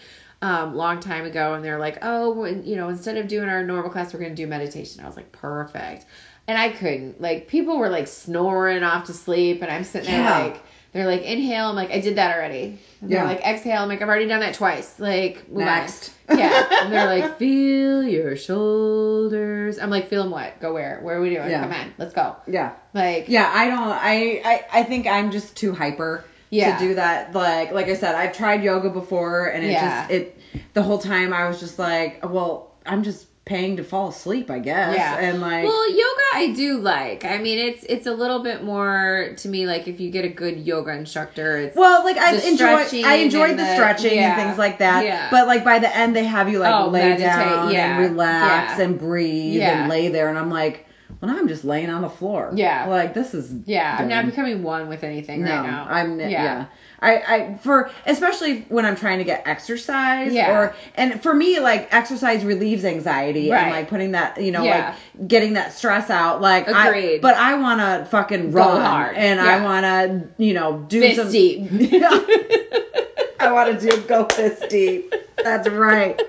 S2: Um, long time ago, and they're like, "Oh, when, you know, instead of doing our normal class, we're going to do meditation." I was like, "Perfect," and I couldn't. Like, people were like snoring off to sleep, and I'm sitting there
S1: Yeah.
S2: like, "They're like, inhale." I'm like, "I did that already." And
S1: Yeah.
S2: They're like, "Exhale." I'm like, "I've already done that twice." Like, move on."
S1: Next.
S2: Yeah.
S1: [laughs]
S2: And they're like, feel your shoulders. I'm like, feel 'em what? Go where? Where are we doing?
S1: Yeah.
S2: Come on, let's go.
S1: yeah.
S2: Like,
S1: Yeah, I don't I I, I think I'm just too hyper
S2: Yeah.
S1: to do that. Like like I said, I've tried yoga before and it
S2: Yeah.
S1: just it the whole time I was just like, well, I'm just paying to fall asleep, I guess.
S2: Yeah.
S1: And like
S2: well, yoga I do like. I mean, it's it's a little bit more to me like if you get a good yoga instructor, it's
S1: Well, like I
S2: The
S1: enjoy,
S2: stretching
S1: I enjoyed
S2: and
S1: the,
S2: the-
S1: stretching
S2: yeah,
S1: and things like that.
S2: yeah.
S1: But like by the end, they have you like
S2: Oh,
S1: lay
S2: meditate,
S1: down
S2: yeah,
S1: and relax
S2: yeah.
S1: and breathe
S2: Yeah.
S1: and lay there, and I'm like, well, now I'm just laying on the floor.
S2: Yeah.
S1: like this is
S2: yeah, I'm not
S1: dumb.
S2: becoming one with anything
S1: No,
S2: right now.
S1: I'm yeah. I, I for especially when I'm trying to get exercise
S2: Yeah.
S1: or and for me like exercise relieves anxiety and
S2: Right.
S1: like putting that you know
S2: Yeah.
S1: like getting that stress out like I-
S2: Agreed.
S1: but I want to fucking
S2: Go
S1: run
S2: hard.
S1: and
S2: Yeah.
S1: I want to you know do
S2: Fist
S1: some [laughs]
S2: deep.
S1: I want to do go fist deep. That's right.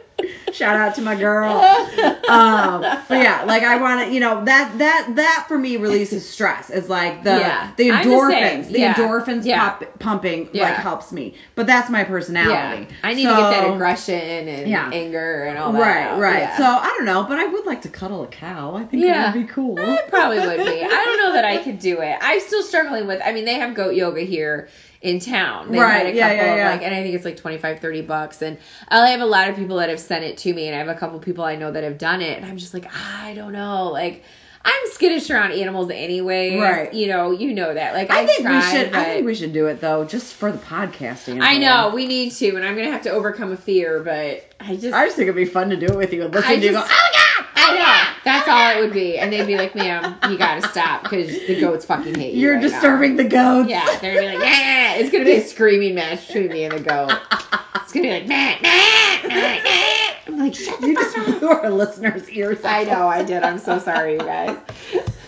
S1: Shout out to my girl. Um, but yeah, like I want to, you know, that that that for me releases stress. It's like the
S2: Yeah.
S1: the
S2: I'm the same.
S1: endorphins, the,
S2: Yeah.
S1: endorphins
S2: Yeah.
S1: pop, pumping
S2: Yeah.
S1: like helps me. But that's my
S2: yeah.
S1: personality.
S2: I need to get that
S1: So-
S2: aggression and
S1: Yeah.
S2: anger and all that.
S1: Right,
S2: out.
S1: right.
S2: Yeah.
S1: So I don't know, but I would like to cuddle a cow. I think
S2: Yeah. Eh,
S1: it would be cool.
S2: I probably would be. I don't know that I could do it. I'm still struggling with. I mean, they have goat yoga here in town. They
S1: Right,
S2: Had a
S1: yeah,
S2: couple
S1: yeah,
S2: of,
S1: yeah.
S2: Like, and I think it's like 25, 30 bucks. And I have a lot of people that have sent it to me, and I have a couple people I know that have done it. And I'm just like, "Ah, I don't know. Like, I'm skittish around animals anyway.
S1: Right.
S2: You know, you know that. Like,
S1: I
S2: I've
S1: think we
S2: tried,
S1: should. I
S2: but-
S1: think we should do it though, just for the podcasting.
S2: I know we need to, and I'm gonna have to overcome a fear, but I just.
S1: I just think it'd be fun to do it with you and listen
S2: I
S1: to you go. "Oh
S2: just- Oh I know. That's all it would be. And they'd be like, ma'am, you gotta stop because the goats fucking hate you.
S1: You're
S2: right now."
S1: disturbing the goats.
S2: Yeah, they're gonna be like, nah. It's gonna be a screaming match between me and the goat. It's gonna be like, nah, nah, nah, nah.
S1: [laughs]
S2: I'm like, shut
S1: You
S2: the fuck up.
S1: just blew [laughs] our listeners' ears.
S2: I know, I did. I'm so sorry, you [laughs] guys.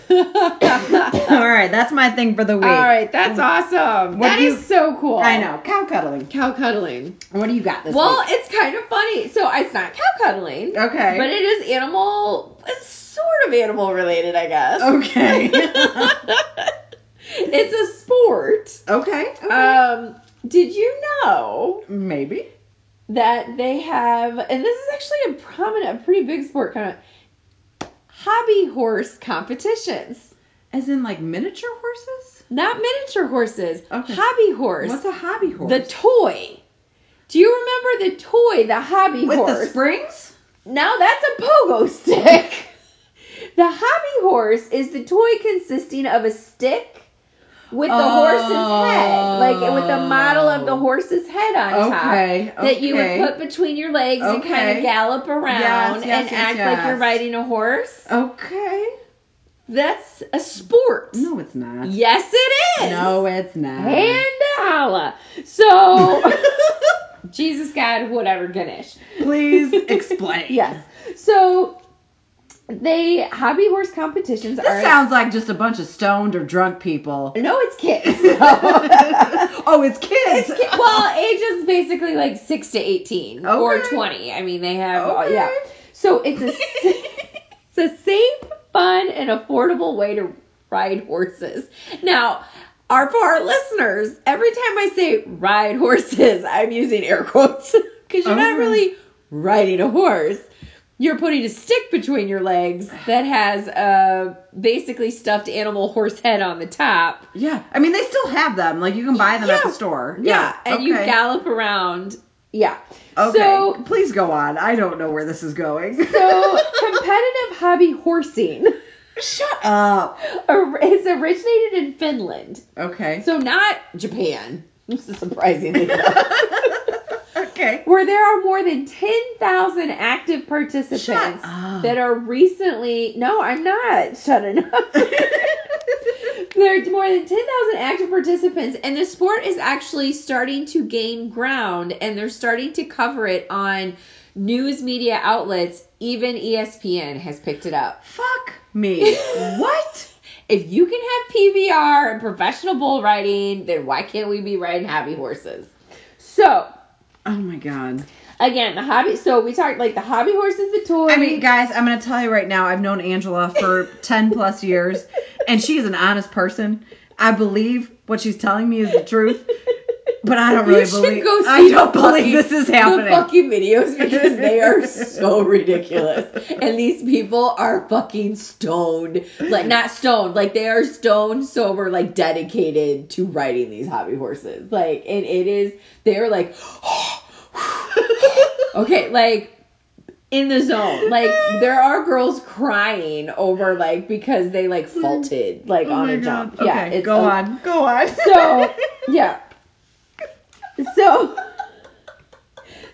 S2: all
S1: [laughs] All right, that's my thing for the week.
S2: right, that's awesome.
S1: What
S2: That
S1: do you-
S2: is so cool.
S1: I know cow cuddling.
S2: Cow cuddling.
S1: What do you got this
S2: Well,
S1: week?
S2: it's kind of funny. So it's not cow cuddling,
S1: Okay.
S2: but it is animal. It's sort of animal related, I guess.
S1: okay. [laughs]
S2: it's a sport.
S1: okay. okay.
S2: Um, did you know
S1: Maybe.
S2: that they have, and this is actually a prominent, a pretty big sport kind of hobby horse competitions,
S1: As in like miniature horses?
S2: not miniature horses.
S1: Okay.
S2: Hobby horse,
S1: What's a hobby horse?
S2: the toy. Do you remember the toy, the hobby
S1: With
S2: horse?
S1: the springs?
S2: Now that's a pogo stick. [laughs] the hobby horse is the toy consisting of a stick with the horse's head, like with the model of the horse's head on top.
S1: Oh. Okay.
S2: That you would
S1: okay.
S2: put between your legs and kind
S1: Okay.
S2: of gallop around
S1: Yes, yes,
S2: and
S1: yes,
S2: act like
S1: yes.
S2: you're riding a horse.
S1: Okay.
S2: That's a sport.
S1: No, it's not.
S2: Yes, it is.
S1: No, it's not.
S2: And holla. So, Jesus, God, whatever, Ganesh.
S1: [laughs] Please explain.
S2: Yes. So, they hobby horse competitions
S1: This
S2: are.
S1: sounds like just a bunch of stoned or drunk people.
S2: no, it's kids.
S1: [laughs]
S2: [laughs] So-
S1: oh, it's kids.
S2: Ki- well, age is basically like six to eighteen or
S1: Okay.
S2: twenty. I mean, they have uh,
S1: Okay.
S2: yeah. So
S1: [laughs]
S2: it's a it's a safe, fun, and affordable way to ride horses. Now. Our for our listeners, every time I say ride horses, I'm using air quotes because you're not
S1: Okay.
S2: really riding a horse. You're putting a stick between your legs that has a basically stuffed animal horse head on the top,
S1: Yeah. I mean, they still have them. Like, you can buy them at the
S2: Yeah.
S1: store.
S2: yeah, and you
S1: okay.
S2: gallop around. Yeah.
S1: Okay.
S2: So
S1: please go on. I don't know where this is going. [laughs]
S2: so competitive hobby horsing
S1: Shut up.
S2: or- is originated in Finland.
S1: Okay.
S2: So not Japan. This is surprisingly enough.
S1: [laughs] okay.
S2: Where there are more than 10,000 active participants
S1: Shut up.
S2: that are recently No, I'm not shutting up. There's more than 10,000 active participants, and the sport is actually starting to gain ground, and they're starting to cover it on news media outlets. Even E ESPN has picked it up.
S1: Fuck [laughs] me. what?
S2: If you can have PBR and professional bull riding, then why can't we be riding hobby horses? So,
S1: Oh my god.
S2: again, the hobby. So, we talked like the hobby horse is the toy.
S1: I mean,
S2: [laughs]
S1: guys, I'm gonna tell you right now. I've known Angela [laughs] for ten plus years, and she is an honest person. I believe what she's telling me is the truth, but I don't
S2: You
S1: really
S2: should
S1: believe.
S2: go see
S1: I don't
S2: the
S1: believe
S2: fucking-
S1: this is
S2: the
S1: happening. [laughs]
S2: fucking videos because they are so ridiculous. And these people are fucking stoned. Like not stoned, like they are stoned sober, like dedicated to riding these hobby horses. Like and it is they're like [gasps] okay, like in the zone. Like there are girls crying over like because they like faulted like
S1: Oh
S2: on
S1: my
S2: a
S1: God.
S2: jump.
S1: Okay,
S2: Yeah, it's
S1: go
S2: a-
S1: on, go on.
S2: [laughs]
S1: [laughs]
S2: so yeah. So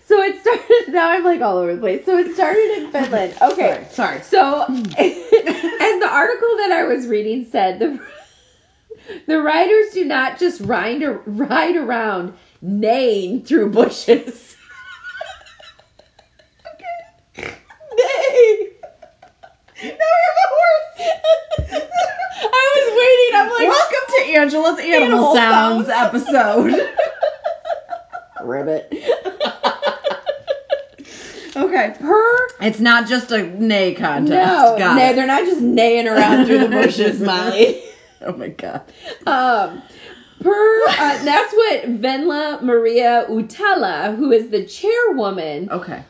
S2: so it started. Now I'm like all over the place. So it started in [laughs] Finland. Okay.
S1: sorry. sorry.
S2: So [laughs] and the article that I was reading said the the riders do not just ride or, ride around neighing through bushes. Neigh.
S1: Now we have a horse.
S2: [laughs] I was waiting. I'm like,
S1: Welcome to Angela's Animal,
S2: Animal
S1: Sounds,
S2: Sounds. [laughs]
S1: episode. [laughs]
S2: ribbit.
S1: okay.
S2: Per
S1: It's not just a nay contest.
S2: No,
S1: Got
S2: no,
S1: it.
S2: they're not just neighing around through the
S1: [laughs]
S2: bushes, Molly.
S1: Oh my god.
S2: Um, per uh, that's what Venla Maria Utala, who is the chairwoman
S1: Okay.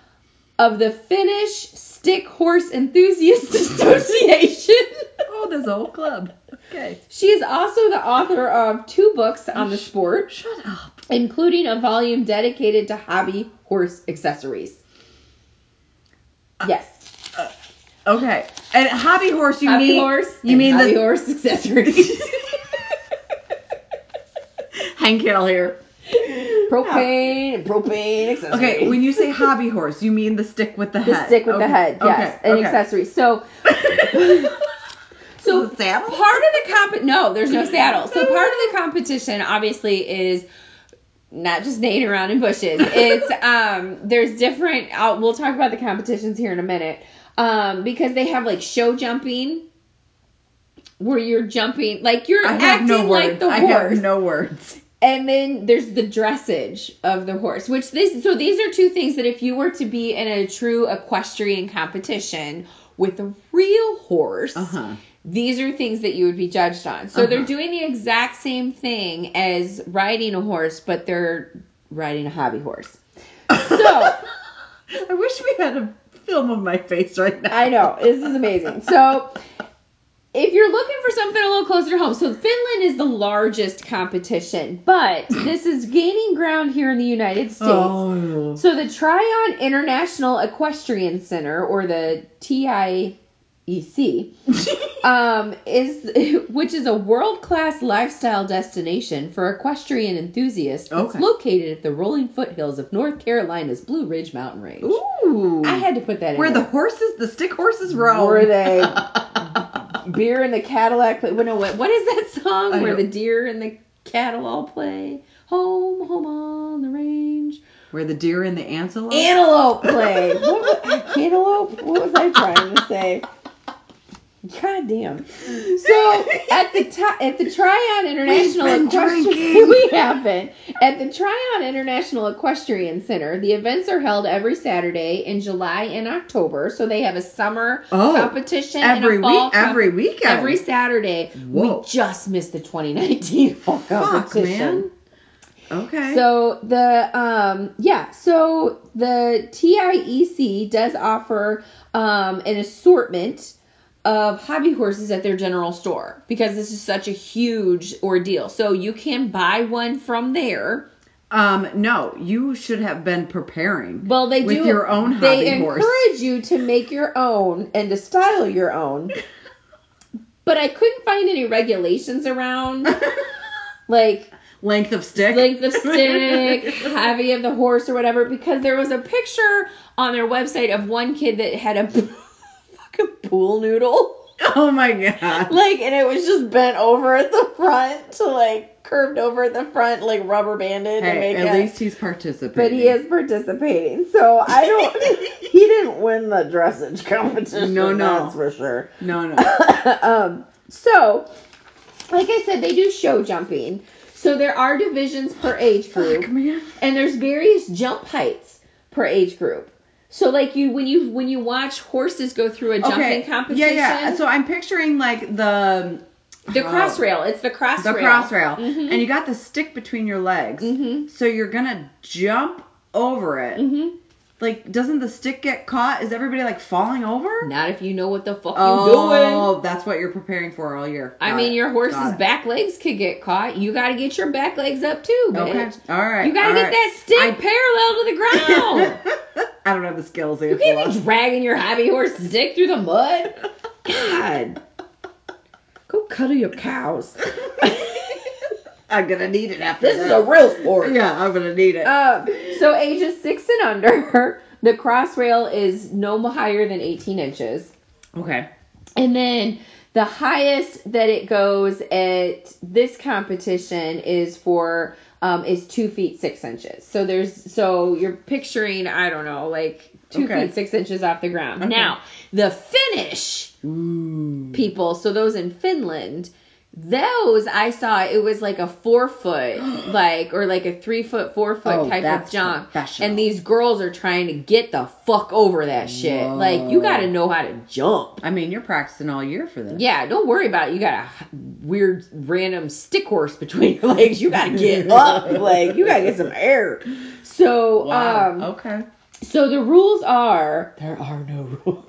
S2: of the Finnish Stick Horse Enthusiast [laughs] Association.
S1: Oh, there's a whole club. Okay.
S2: She is also the author of two books on the sport,
S1: Shut up.
S2: including a volume dedicated to hobby horse accessories.
S1: Uh,
S2: Yes,
S1: Okay. And hobby horse, you
S2: hobby
S1: mean
S2: horse.
S1: you
S2: and
S1: mean
S2: hobby
S1: the-
S2: horse
S1: [laughs]
S2: accessories?
S1: Hank Hill here.
S2: propane and propane accessories.
S1: Okay, when you say hobby horse, you mean the stick with the,
S2: the
S1: head.
S2: stick with the
S1: Okay,
S2: head, yes,
S1: okay,
S2: and
S1: okay.
S2: accessories. So,
S1: [laughs]
S2: [laughs] so
S1: Is it saddle?
S2: part of the comp no, there's no saddle.
S1: [laughs]
S2: So part of the competition obviously is not just neighing around in bushes. It's
S1: [laughs]
S2: um there's different. i we'll talk about the competitions here in a minute um because they have like show jumping. Where you're jumping, like you're
S1: I have
S2: acting
S1: no words.
S2: like the
S1: I
S2: horse,
S1: have no words.
S2: and then there's the dressage of the horse, which this so these are two things that if you were to be in a true equestrian competition with a real horse,
S1: Uh-huh.
S2: these are things that you would be judged on. So they're
S1: Uh-huh.
S2: doing the exact same thing as riding a horse, but they're riding a hobby horse. So
S1: [laughs] I wish we had a film of my face right now.
S2: I know. This is amazing. So, if you're looking for something a little closer to home, so Finland is the largest competition, but this is gaining ground here in the United States.
S1: Oh.
S2: So, the Tryon International Equestrian Center, or the TIEC, um, is [laughs] which is a world class lifestyle destination for equestrian enthusiasts. It's
S1: Okay.
S2: located at the rolling foothills of North Carolina's Blue Ridge Mountain Range.
S1: Ooh.
S2: I had to put that in.
S1: where
S2: there.
S1: the horses, the stick horses roam.
S2: Were they [laughs] Beer in the Cadillac. Play. Well, no, what, what is that song
S1: I
S2: where the
S1: don't-
S2: deer and the cattle all play? Home, home on the range.
S1: [laughs] Where the deer and the antelope.
S2: Antelope play. [laughs] What was, cantaloupe? What was I trying to say? God damn. So at the ti at the Tryon International
S1: been
S2: Equestrian
S1: drinking.
S2: [laughs] we haven't at the Tryon International Equestrian Center. The events are held every Saturday in July and October, so they have a summer
S1: Oh,
S2: competition
S1: every
S2: and a fall
S1: week, every
S2: comp-
S1: weekend.
S2: every Saturday.
S1: Whoa.
S2: We just missed the 2019 [laughs] fall
S1: Fuck,
S2: competition.
S1: man. Okay.
S2: So the um yeah, so the TIEC does offer um an assortment of hobby horses at their general store because this is such a huge ordeal. So you can buy one from there.
S1: um, no, you should have been preparing.
S2: Well, they
S1: With
S2: do
S1: your own
S2: They
S1: hobby horse.
S2: encourage you to make your own and to style
S1: [laughs]
S2: your own. But I couldn't find any regulations around like
S1: length of stick. [laughs]
S2: length of stick, heavy of the horse, or whatever, because there was a picture on their website of one kid that had a [laughs] fucking pool noodle.
S1: oh my
S2: [laughs]
S1: god.
S2: Like, and it was just bent over at the front to like curved over at the front, like rubber banded to
S1: Hey,
S2: make
S1: at
S2: it.
S1: least he's participating.
S2: Oh but he is participating, so I don't.
S1: [laughs]
S2: [laughs] he didn't win the dressage competition.
S1: No, no.
S2: that's for sure [laughs]
S1: No, no.
S2: [coughs] um, so, like I said, they do show jumping. So there are divisions per age group,
S1: Fuck, man.
S2: and there's various jump heights per age group. So like you when you when you watch horses go through a jumping competition,
S1: Yeah, yeah. So I'm picturing like the
S2: the
S1: Oh.
S2: cross rail, it's the cross
S1: the
S2: rail.
S1: cross rail,
S2: Mhm.
S1: and you got the stick between your legs.
S2: Mhm.
S1: So you're gonna jump over it.
S2: Mhm.
S1: Like, doesn't the stick get caught? Is everybody like falling over?
S2: Not if you know what the fuck you're doing.
S1: Oh, that's what you're preparing for all year.
S2: I
S1: Got
S2: mean,
S1: it.
S2: your horse's
S1: Got it.
S2: back legs could get caught. You got to get your back legs up too, bitch.
S1: Okay. All right.
S2: You got to
S1: all
S2: get
S1: right.
S2: that stick
S1: [laughs]
S2: parallel to the ground.
S1: I don't have the skills.
S2: You can't be dragging your hobby horse dick through the mud. God. Go cuddle your cows.
S1: [laughs] I'm gonna need it after
S2: this
S1: this.
S2: is a real sport.
S1: yeah, I'm gonna need it.
S2: Um, so ages six and under, the cross rail is no higher than 18 inches.
S1: okay.
S2: And then the highest that it goes at this competition is for um, is two feet six inches. So there's so you're picturing I don't know like two
S1: Okay.
S2: feet six inches off the ground.
S1: Okay.
S2: Now the finish
S1: Ooh.
S2: people, so those in Finland, those I saw it was like a
S1: [gasps]
S2: four foot like or like a three foot four foot
S1: Oh,
S2: type of
S1: that's
S2: jump.
S1: professional.
S2: And these girls are trying to get the fuck over that shit.
S1: Whoa.
S2: Like you got to know how to jump.
S1: I mean, you're practicing all year for this.
S2: Yeah, don't worry about it. You got a weird random stick horse between your [laughs] legs. You gotta get [laughs] up. Like you gotta get some air. So
S1: Wow. [laughs]
S2: um
S1: okay.
S2: so the rules are there are no rules.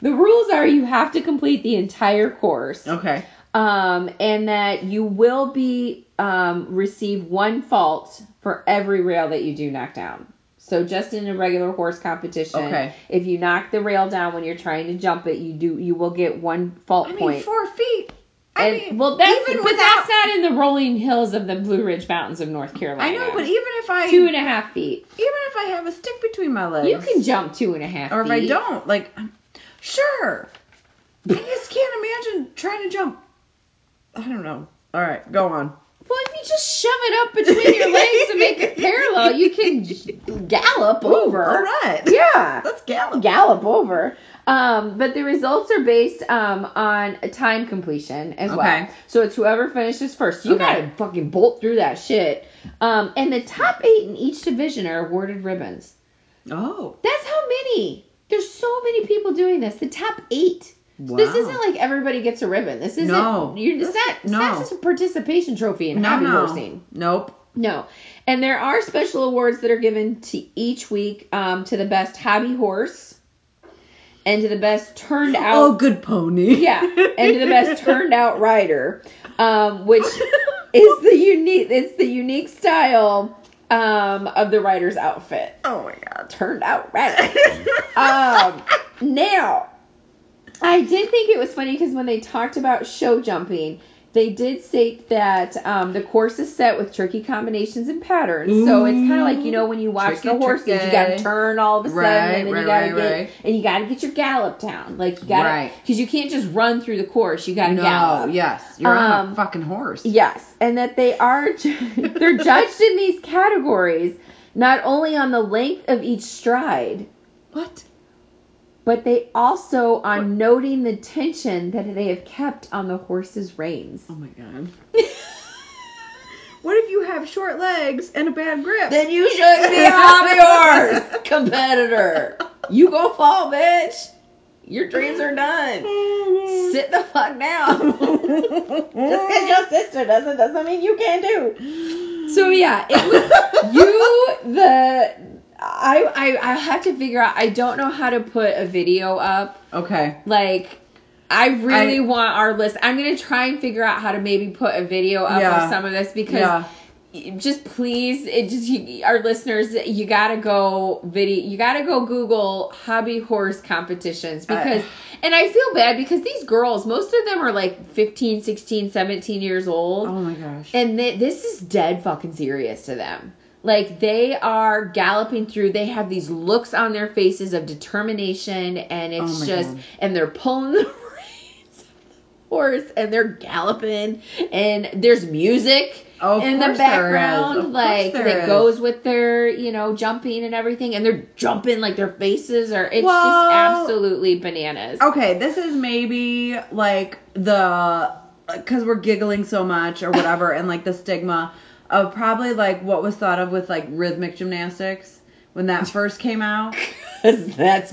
S2: the rules are you have to complete the entire course.
S1: Okay.
S2: Um and that you will be um receive one fault for every rail that you do knock down. So just in a regular horse competition,
S1: Okay.
S2: if you knock the rail down when you're trying to jump it, you do you will get one fault
S1: I mean,
S2: point.
S1: four feet. I
S2: And,
S1: mean,
S2: well, that's
S1: even
S2: but
S1: without.
S2: that's not in the rolling hills of the Blue Ridge Mountains of North
S1: I
S2: Carolina.
S1: know, but even if I
S2: two and a half feet,
S1: even if I have a stick between my legs,
S2: you can jump two and a half.
S1: Or if I
S2: feet.
S1: don't, like, I'm, sure. I just can't imagine trying to jump. I don't know. All right, go on.
S2: well, if you just shove it up between
S1: [laughs]
S2: your legs and make it parallel, you can j- gallop over.
S1: All right.
S2: Yeah.
S1: [laughs] Let's gallop.
S2: gallop over. Um, but the results are based um, on a time completion as
S1: Okay.
S2: well. So it's whoever finishes first. You
S1: Okay.
S2: gotta fucking bolt through that shit. Um, and the top eight in each division are awarded ribbons.
S1: Oh.
S2: That's how many. There's so many people doing this. The top eight. So This
S1: Wow.
S2: isn't like everybody gets a ribbon. This isn't.
S1: No.
S2: You, it's not. It's
S1: No.
S2: not just a participation trophy in
S1: No,
S2: hobby
S1: no.
S2: horsing.
S1: Nope.
S2: No. And there are special awards that are given to each week um, to the best hobby horse and to the best turned
S1: Oh,
S2: out.
S1: good pony.
S2: Yeah, and to
S1: [laughs]
S2: the best [laughs] turned out rider, um, which is the unique. It's the unique style um, of the rider's outfit.
S1: oh my god.
S2: Turned out rider um, now, I did think it was funny because when they talked about show jumping, They did state that um, the course is set with tricky combinations and patterns. so it's kind of like you know when you watch
S1: Tricky,
S2: the horses, you got to
S1: tricky.
S2: turn all of a sudden,
S1: Right,
S2: and then
S1: right,
S2: you got to
S1: right,
S2: get
S1: right.
S2: and you got to get your gallop down. Like you got to
S1: Right.
S2: because you can't just run through the course. You got to
S1: no,
S2: gallop.
S1: yes, you're on a
S2: Um,
S1: fucking horse.
S2: Yes, and that they are [laughs] they're judged in these categories not only on the length of each stride,
S1: What?
S2: but they also are noting the tension that they have kept on the horse's reins.
S1: Oh my god. What if you have short legs and a bad grip? [laughs]
S2: [laughs] then you shouldn't be on your horse, competitor. You gonna fall, bitch. Your dreams are done. Sit the fuck [laughs] down. Just 'cause your sister doesn't doesn't mean you can't do. So yeah, it was you the I, I I have to figure out I don't know how to put a video up.
S1: okay.
S2: Like I really
S1: I-
S2: want our list. I'm gonna try and figure out how to maybe put a video up
S1: Yeah.
S2: of some of this because
S1: Yeah.
S2: just please it just you, our listeners you gotta go video you gotta go google hobby horse competitions because and i feel bad because these girls most of them are like 15 16 17 years old
S1: Oh my gosh.
S2: and th- this is dead fucking serious to them like they are galloping through they have these looks on their faces of determination and
S1: Oh
S2: it's
S1: my
S2: just
S1: God.
S2: and they're pulling [laughs] the reins of the horse and they're galloping and there's music
S1: Oh, of
S2: in the
S1: course there is. Of
S2: background
S1: course
S2: like
S1: there
S2: that
S1: is.
S2: goes with their you know jumping and everything and they're jumping like their faces are it's
S1: Well- oh
S2: just absolutely bananas
S1: Okay, this is maybe like the because we're giggling so much or whatever, and like the stigma of probably like what was thought of with like rhythmic gymnastics when
S2: [laughs]
S1: that first came out.
S2: [laughs] 'Cause that's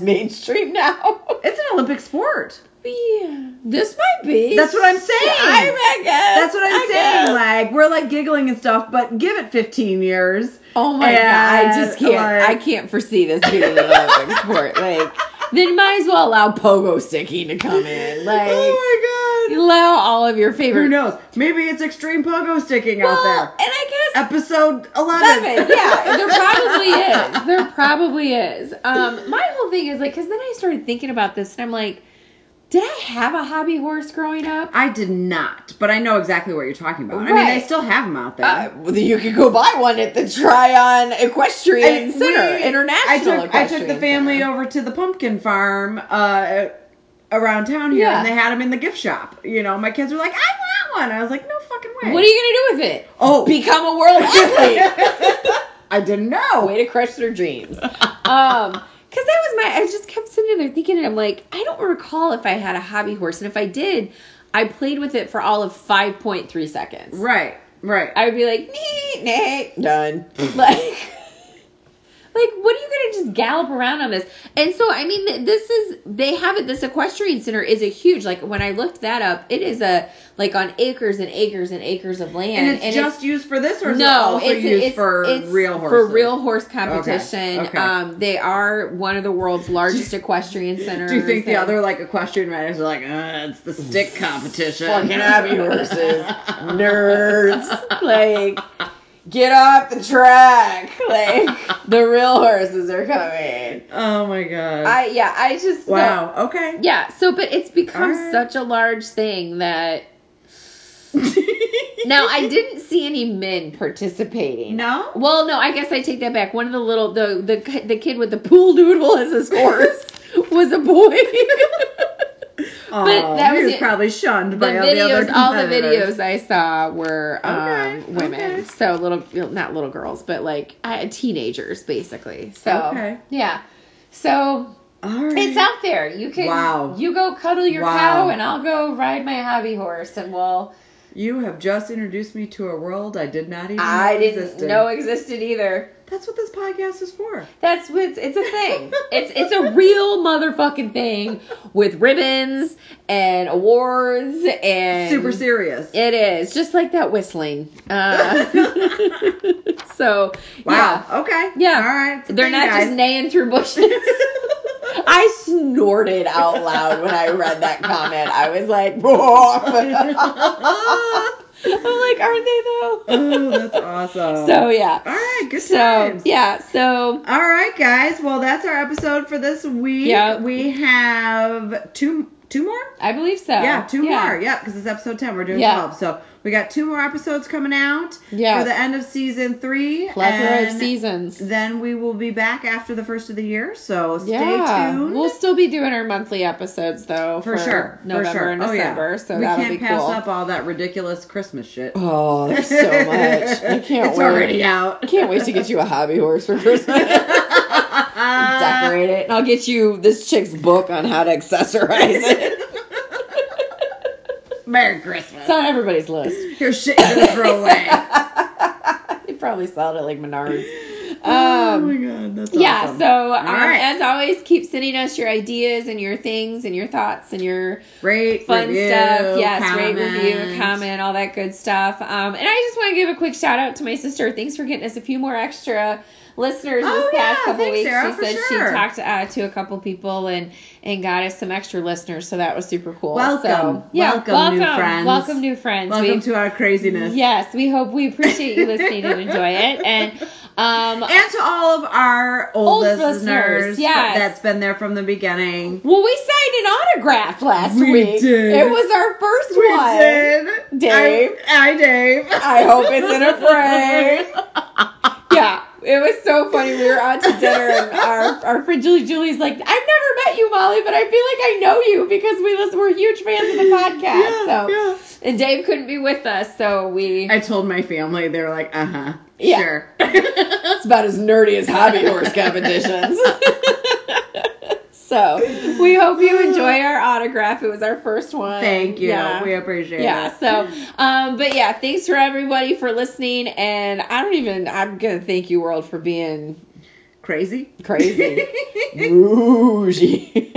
S1: [laughs]
S2: mainstream now
S1: It's an Olympic sport.
S2: Yeah, this might be.
S1: That's what I'm saying.
S2: I guess.
S1: That's what I'm
S2: I
S1: saying.
S2: guess.
S1: Like we're like giggling and stuff, but give it 15 years.
S2: oh my god, I just
S1: And,
S2: can't.
S1: like-
S2: I can't foresee this being an [laughs] Olympic sport. Like, then might as well allow pogo sticking to come in. Like,
S1: oh my god.
S2: allow all of your favorite.
S1: Who knows? Maybe it's extreme pogo sticking
S2: Well,
S1: out
S2: and
S1: there.
S2: I guess
S1: Episode 11.
S2: Seven, yeah, there
S1: [laughs]
S2: probably [laughs] is. There probably is. Um, my whole thing is like, because then I started thinking about this, and I'm like, did I have a hobby horse growing up?
S1: I did not, but I know exactly what you're talking about. I mean,
S2: Right.
S1: they still have them out there.
S2: Uh, well, then you could go buy one at the Tryon Equestrian
S1: And
S2: Center,
S1: we-
S2: International
S1: I took, I took the
S2: Equestrian
S1: family
S2: Center.
S1: over to the pumpkin farm uh, around town here,
S2: Yeah.
S1: and they had them in the gift shop. You know, my kids were like, "I want one." I was like, "No fucking way!"
S2: What are you gonna do with it?
S1: Oh.
S2: become
S1: [laughs]
S2: a world athlete.
S1: I didn't know.
S2: Way to crush their dreams. Um, because that was my. I just kept sitting there thinking, and I'm like, I don't recall if I had a hobby horse, and if I did, I played with it for all of 5.3 seconds.
S1: Right, right.
S2: I would be like, nee, nee, done. [laughs] like, like, what are you gonna just gallop around on this? And so, I mean, th- this is they have it. This equestrian center is a huge. Like when I looked that up, it is a like on acres and acres and acres of land.
S1: and it's just used for this, or is it
S2: no,
S1: also
S2: it's,
S1: used
S2: it's
S1: for
S2: it's
S1: real
S2: for
S1: horses?
S2: real horse competition.
S1: okay.
S2: Um, they are one of the world's largest equestrian centers.
S1: Do you think the
S2: and-
S1: other like equestrian riders are like, uh, it's the
S2: [laughs]
S1: stick competition?
S2: fucking
S1: [laughs]
S2: happy horses, nerds. Like, get off
S1: [laughs]
S2: the track. Like, the real horses are coming.
S1: Oh my god!
S2: I yeah, I just
S1: wow. Okay. [laughs]
S2: yeah. So, but it's become
S1: Alright.
S2: such a large thing that [laughs] now
S1: [laughs]
S2: I didn't see any men participating.
S1: No?
S2: Well, no, I guess I take that back. One of the little the the the kid with the pool noodle as his
S1: [laughs]
S2: horse was a boy.
S1: Oh,
S2: [laughs] But that
S1: he
S2: was
S1: was
S2: it.
S1: probably shunned
S2: the
S1: by all the other
S2: videos, all the
S1: competitors.
S2: videos I saw were um,
S1: Okay,
S2: women.
S1: okay.
S2: So little, not little girls, but like uh, teenagers, basically. So
S1: Okay.
S2: yeah, so
S1: All right.
S2: it's out there. You can
S1: Wow.
S2: you go cuddle your
S1: Wow.
S2: cow, and I'll go ride my hobby horse, and we'll.
S1: You have just introduced me to a world I did not even
S2: I
S1: know
S2: didn't
S1: existed.
S2: know existed either.
S1: That's what this podcast is for.
S2: That's what it's, it's
S1: [laughs]
S2: a thing. it's it's a real motherfucking thing with ribbons and awards and
S1: Super serious.
S2: It is just like that whistling. Uh, [laughs] so
S1: wow. Okay.
S2: Yeah.
S1: All right. It's a
S2: they're
S1: thing,
S2: not just
S1: guys.
S2: neighing through bushes.
S1: [laughs]
S2: [laughs] I snorted out loud when I read that comment. I
S1: [laughs]
S2: was like, I'm
S1: [laughs]
S2: like,
S1: oh,
S2: aren't they though?
S1: that's awesome.
S2: so yeah.
S1: All right. Good
S2: So
S1: times.
S2: yeah. So
S1: All right, guys. Well, that's our episode for this week.
S2: Yep.
S1: We have two two more?
S2: I believe so.
S1: Yeah, two more. Yeah, because it's episode 10. We're doing
S2: Yeah.
S1: 12. So we got two more episodes coming out
S2: Yeah.
S1: for the end of season three.
S2: Plethora of
S1: and
S2: seasons.
S1: Then we will be back after the first of the year. So stay
S2: yeah,
S1: tuned.
S2: we'll still be doing our monthly episodes though
S1: for, sure.
S2: November
S1: for sure.
S2: and
S1: oh, yeah.
S2: December, so
S1: we
S2: that'll
S1: can't
S2: be
S1: pass
S2: cool.
S1: up all that ridiculous Christmas shit.
S2: Oh, there's [laughs] so [laughs] much. I
S1: [laughs]
S2: can't
S1: it's
S2: wait.
S1: already out.
S2: I can't wait to get you a hobby horse for [laughs] Christmas. Decorate it, and I'll get you this chick's book on how to accessorize it.
S1: [laughs] Merry Christmas.
S2: [laughs] It's on everybody's list. [laughs]
S1: Your shit gonna throw away.
S2: They probably sell it at like [laughs] Menards.
S1: oh
S2: [laughs] Um,
S1: my god, that's
S2: yeah,
S1: awesome.
S2: so um,
S1: right.
S2: as always, keep sending us your ideas and your things and your thoughts and your
S1: rate,
S2: fun
S1: review,
S2: stuff. Yes,
S1: comment.
S2: rate, review, comment, all that good stuff. Um, and I just want to give a quick shout out to my sister. Thanks for getting us a few more extra listeners
S1: Oh,
S2: this past
S1: yeah.
S2: couple
S1: Thanks,
S2: weeks.
S1: Sarah,
S2: she
S1: for
S2: said
S1: sure.
S2: she talked uh, to a couple people and and got us some extra listeners, so that was super cool.
S1: Welcome.
S2: So, yeah,
S1: Welcome, new friends.
S2: Welcome, new friends.
S1: Welcome
S2: We-
S1: to our craziness.
S2: Yes, we hope we appreciate you listening and enjoy it. And um,
S1: And to all of our old,
S2: Old
S1: listeners,
S2: listeners, yes.
S1: that's been there from the beginning.
S2: well, we signed an autograph last
S1: We
S2: week.
S1: did.
S2: It was our first one.
S1: did.
S2: Dave.
S1: I, I Dave.
S2: I hope it's in a frame. Yeah, it was so funny. We were out to dinner, and our, our friend Julie Julie's like, I've never met you, Molly, but I feel like I know you because we listen, we're huge fans of the podcast.
S1: Yeah,
S2: so,
S1: yeah.
S2: and Dave couldn't be with us, so we.
S1: I told my family, they were like, uh huh.
S2: Yeah.
S1: Sure. [laughs]
S2: It's about as nerdy as hobby horse competitions. [laughs] so we hope you enjoy our autograph. It was our first one.
S1: Thank you.
S2: Yeah.
S1: We appreciate
S2: yeah.
S1: it.
S2: So, um, but yeah, thanks for everybody for listening, and I don't even. I'm gonna thank you, world, for being
S1: Crazy.
S2: crazy,
S1: [laughs]
S2: bougie.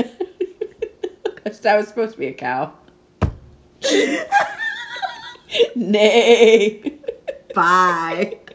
S2: that was supposed to be a cow. Nay.
S1: Bye.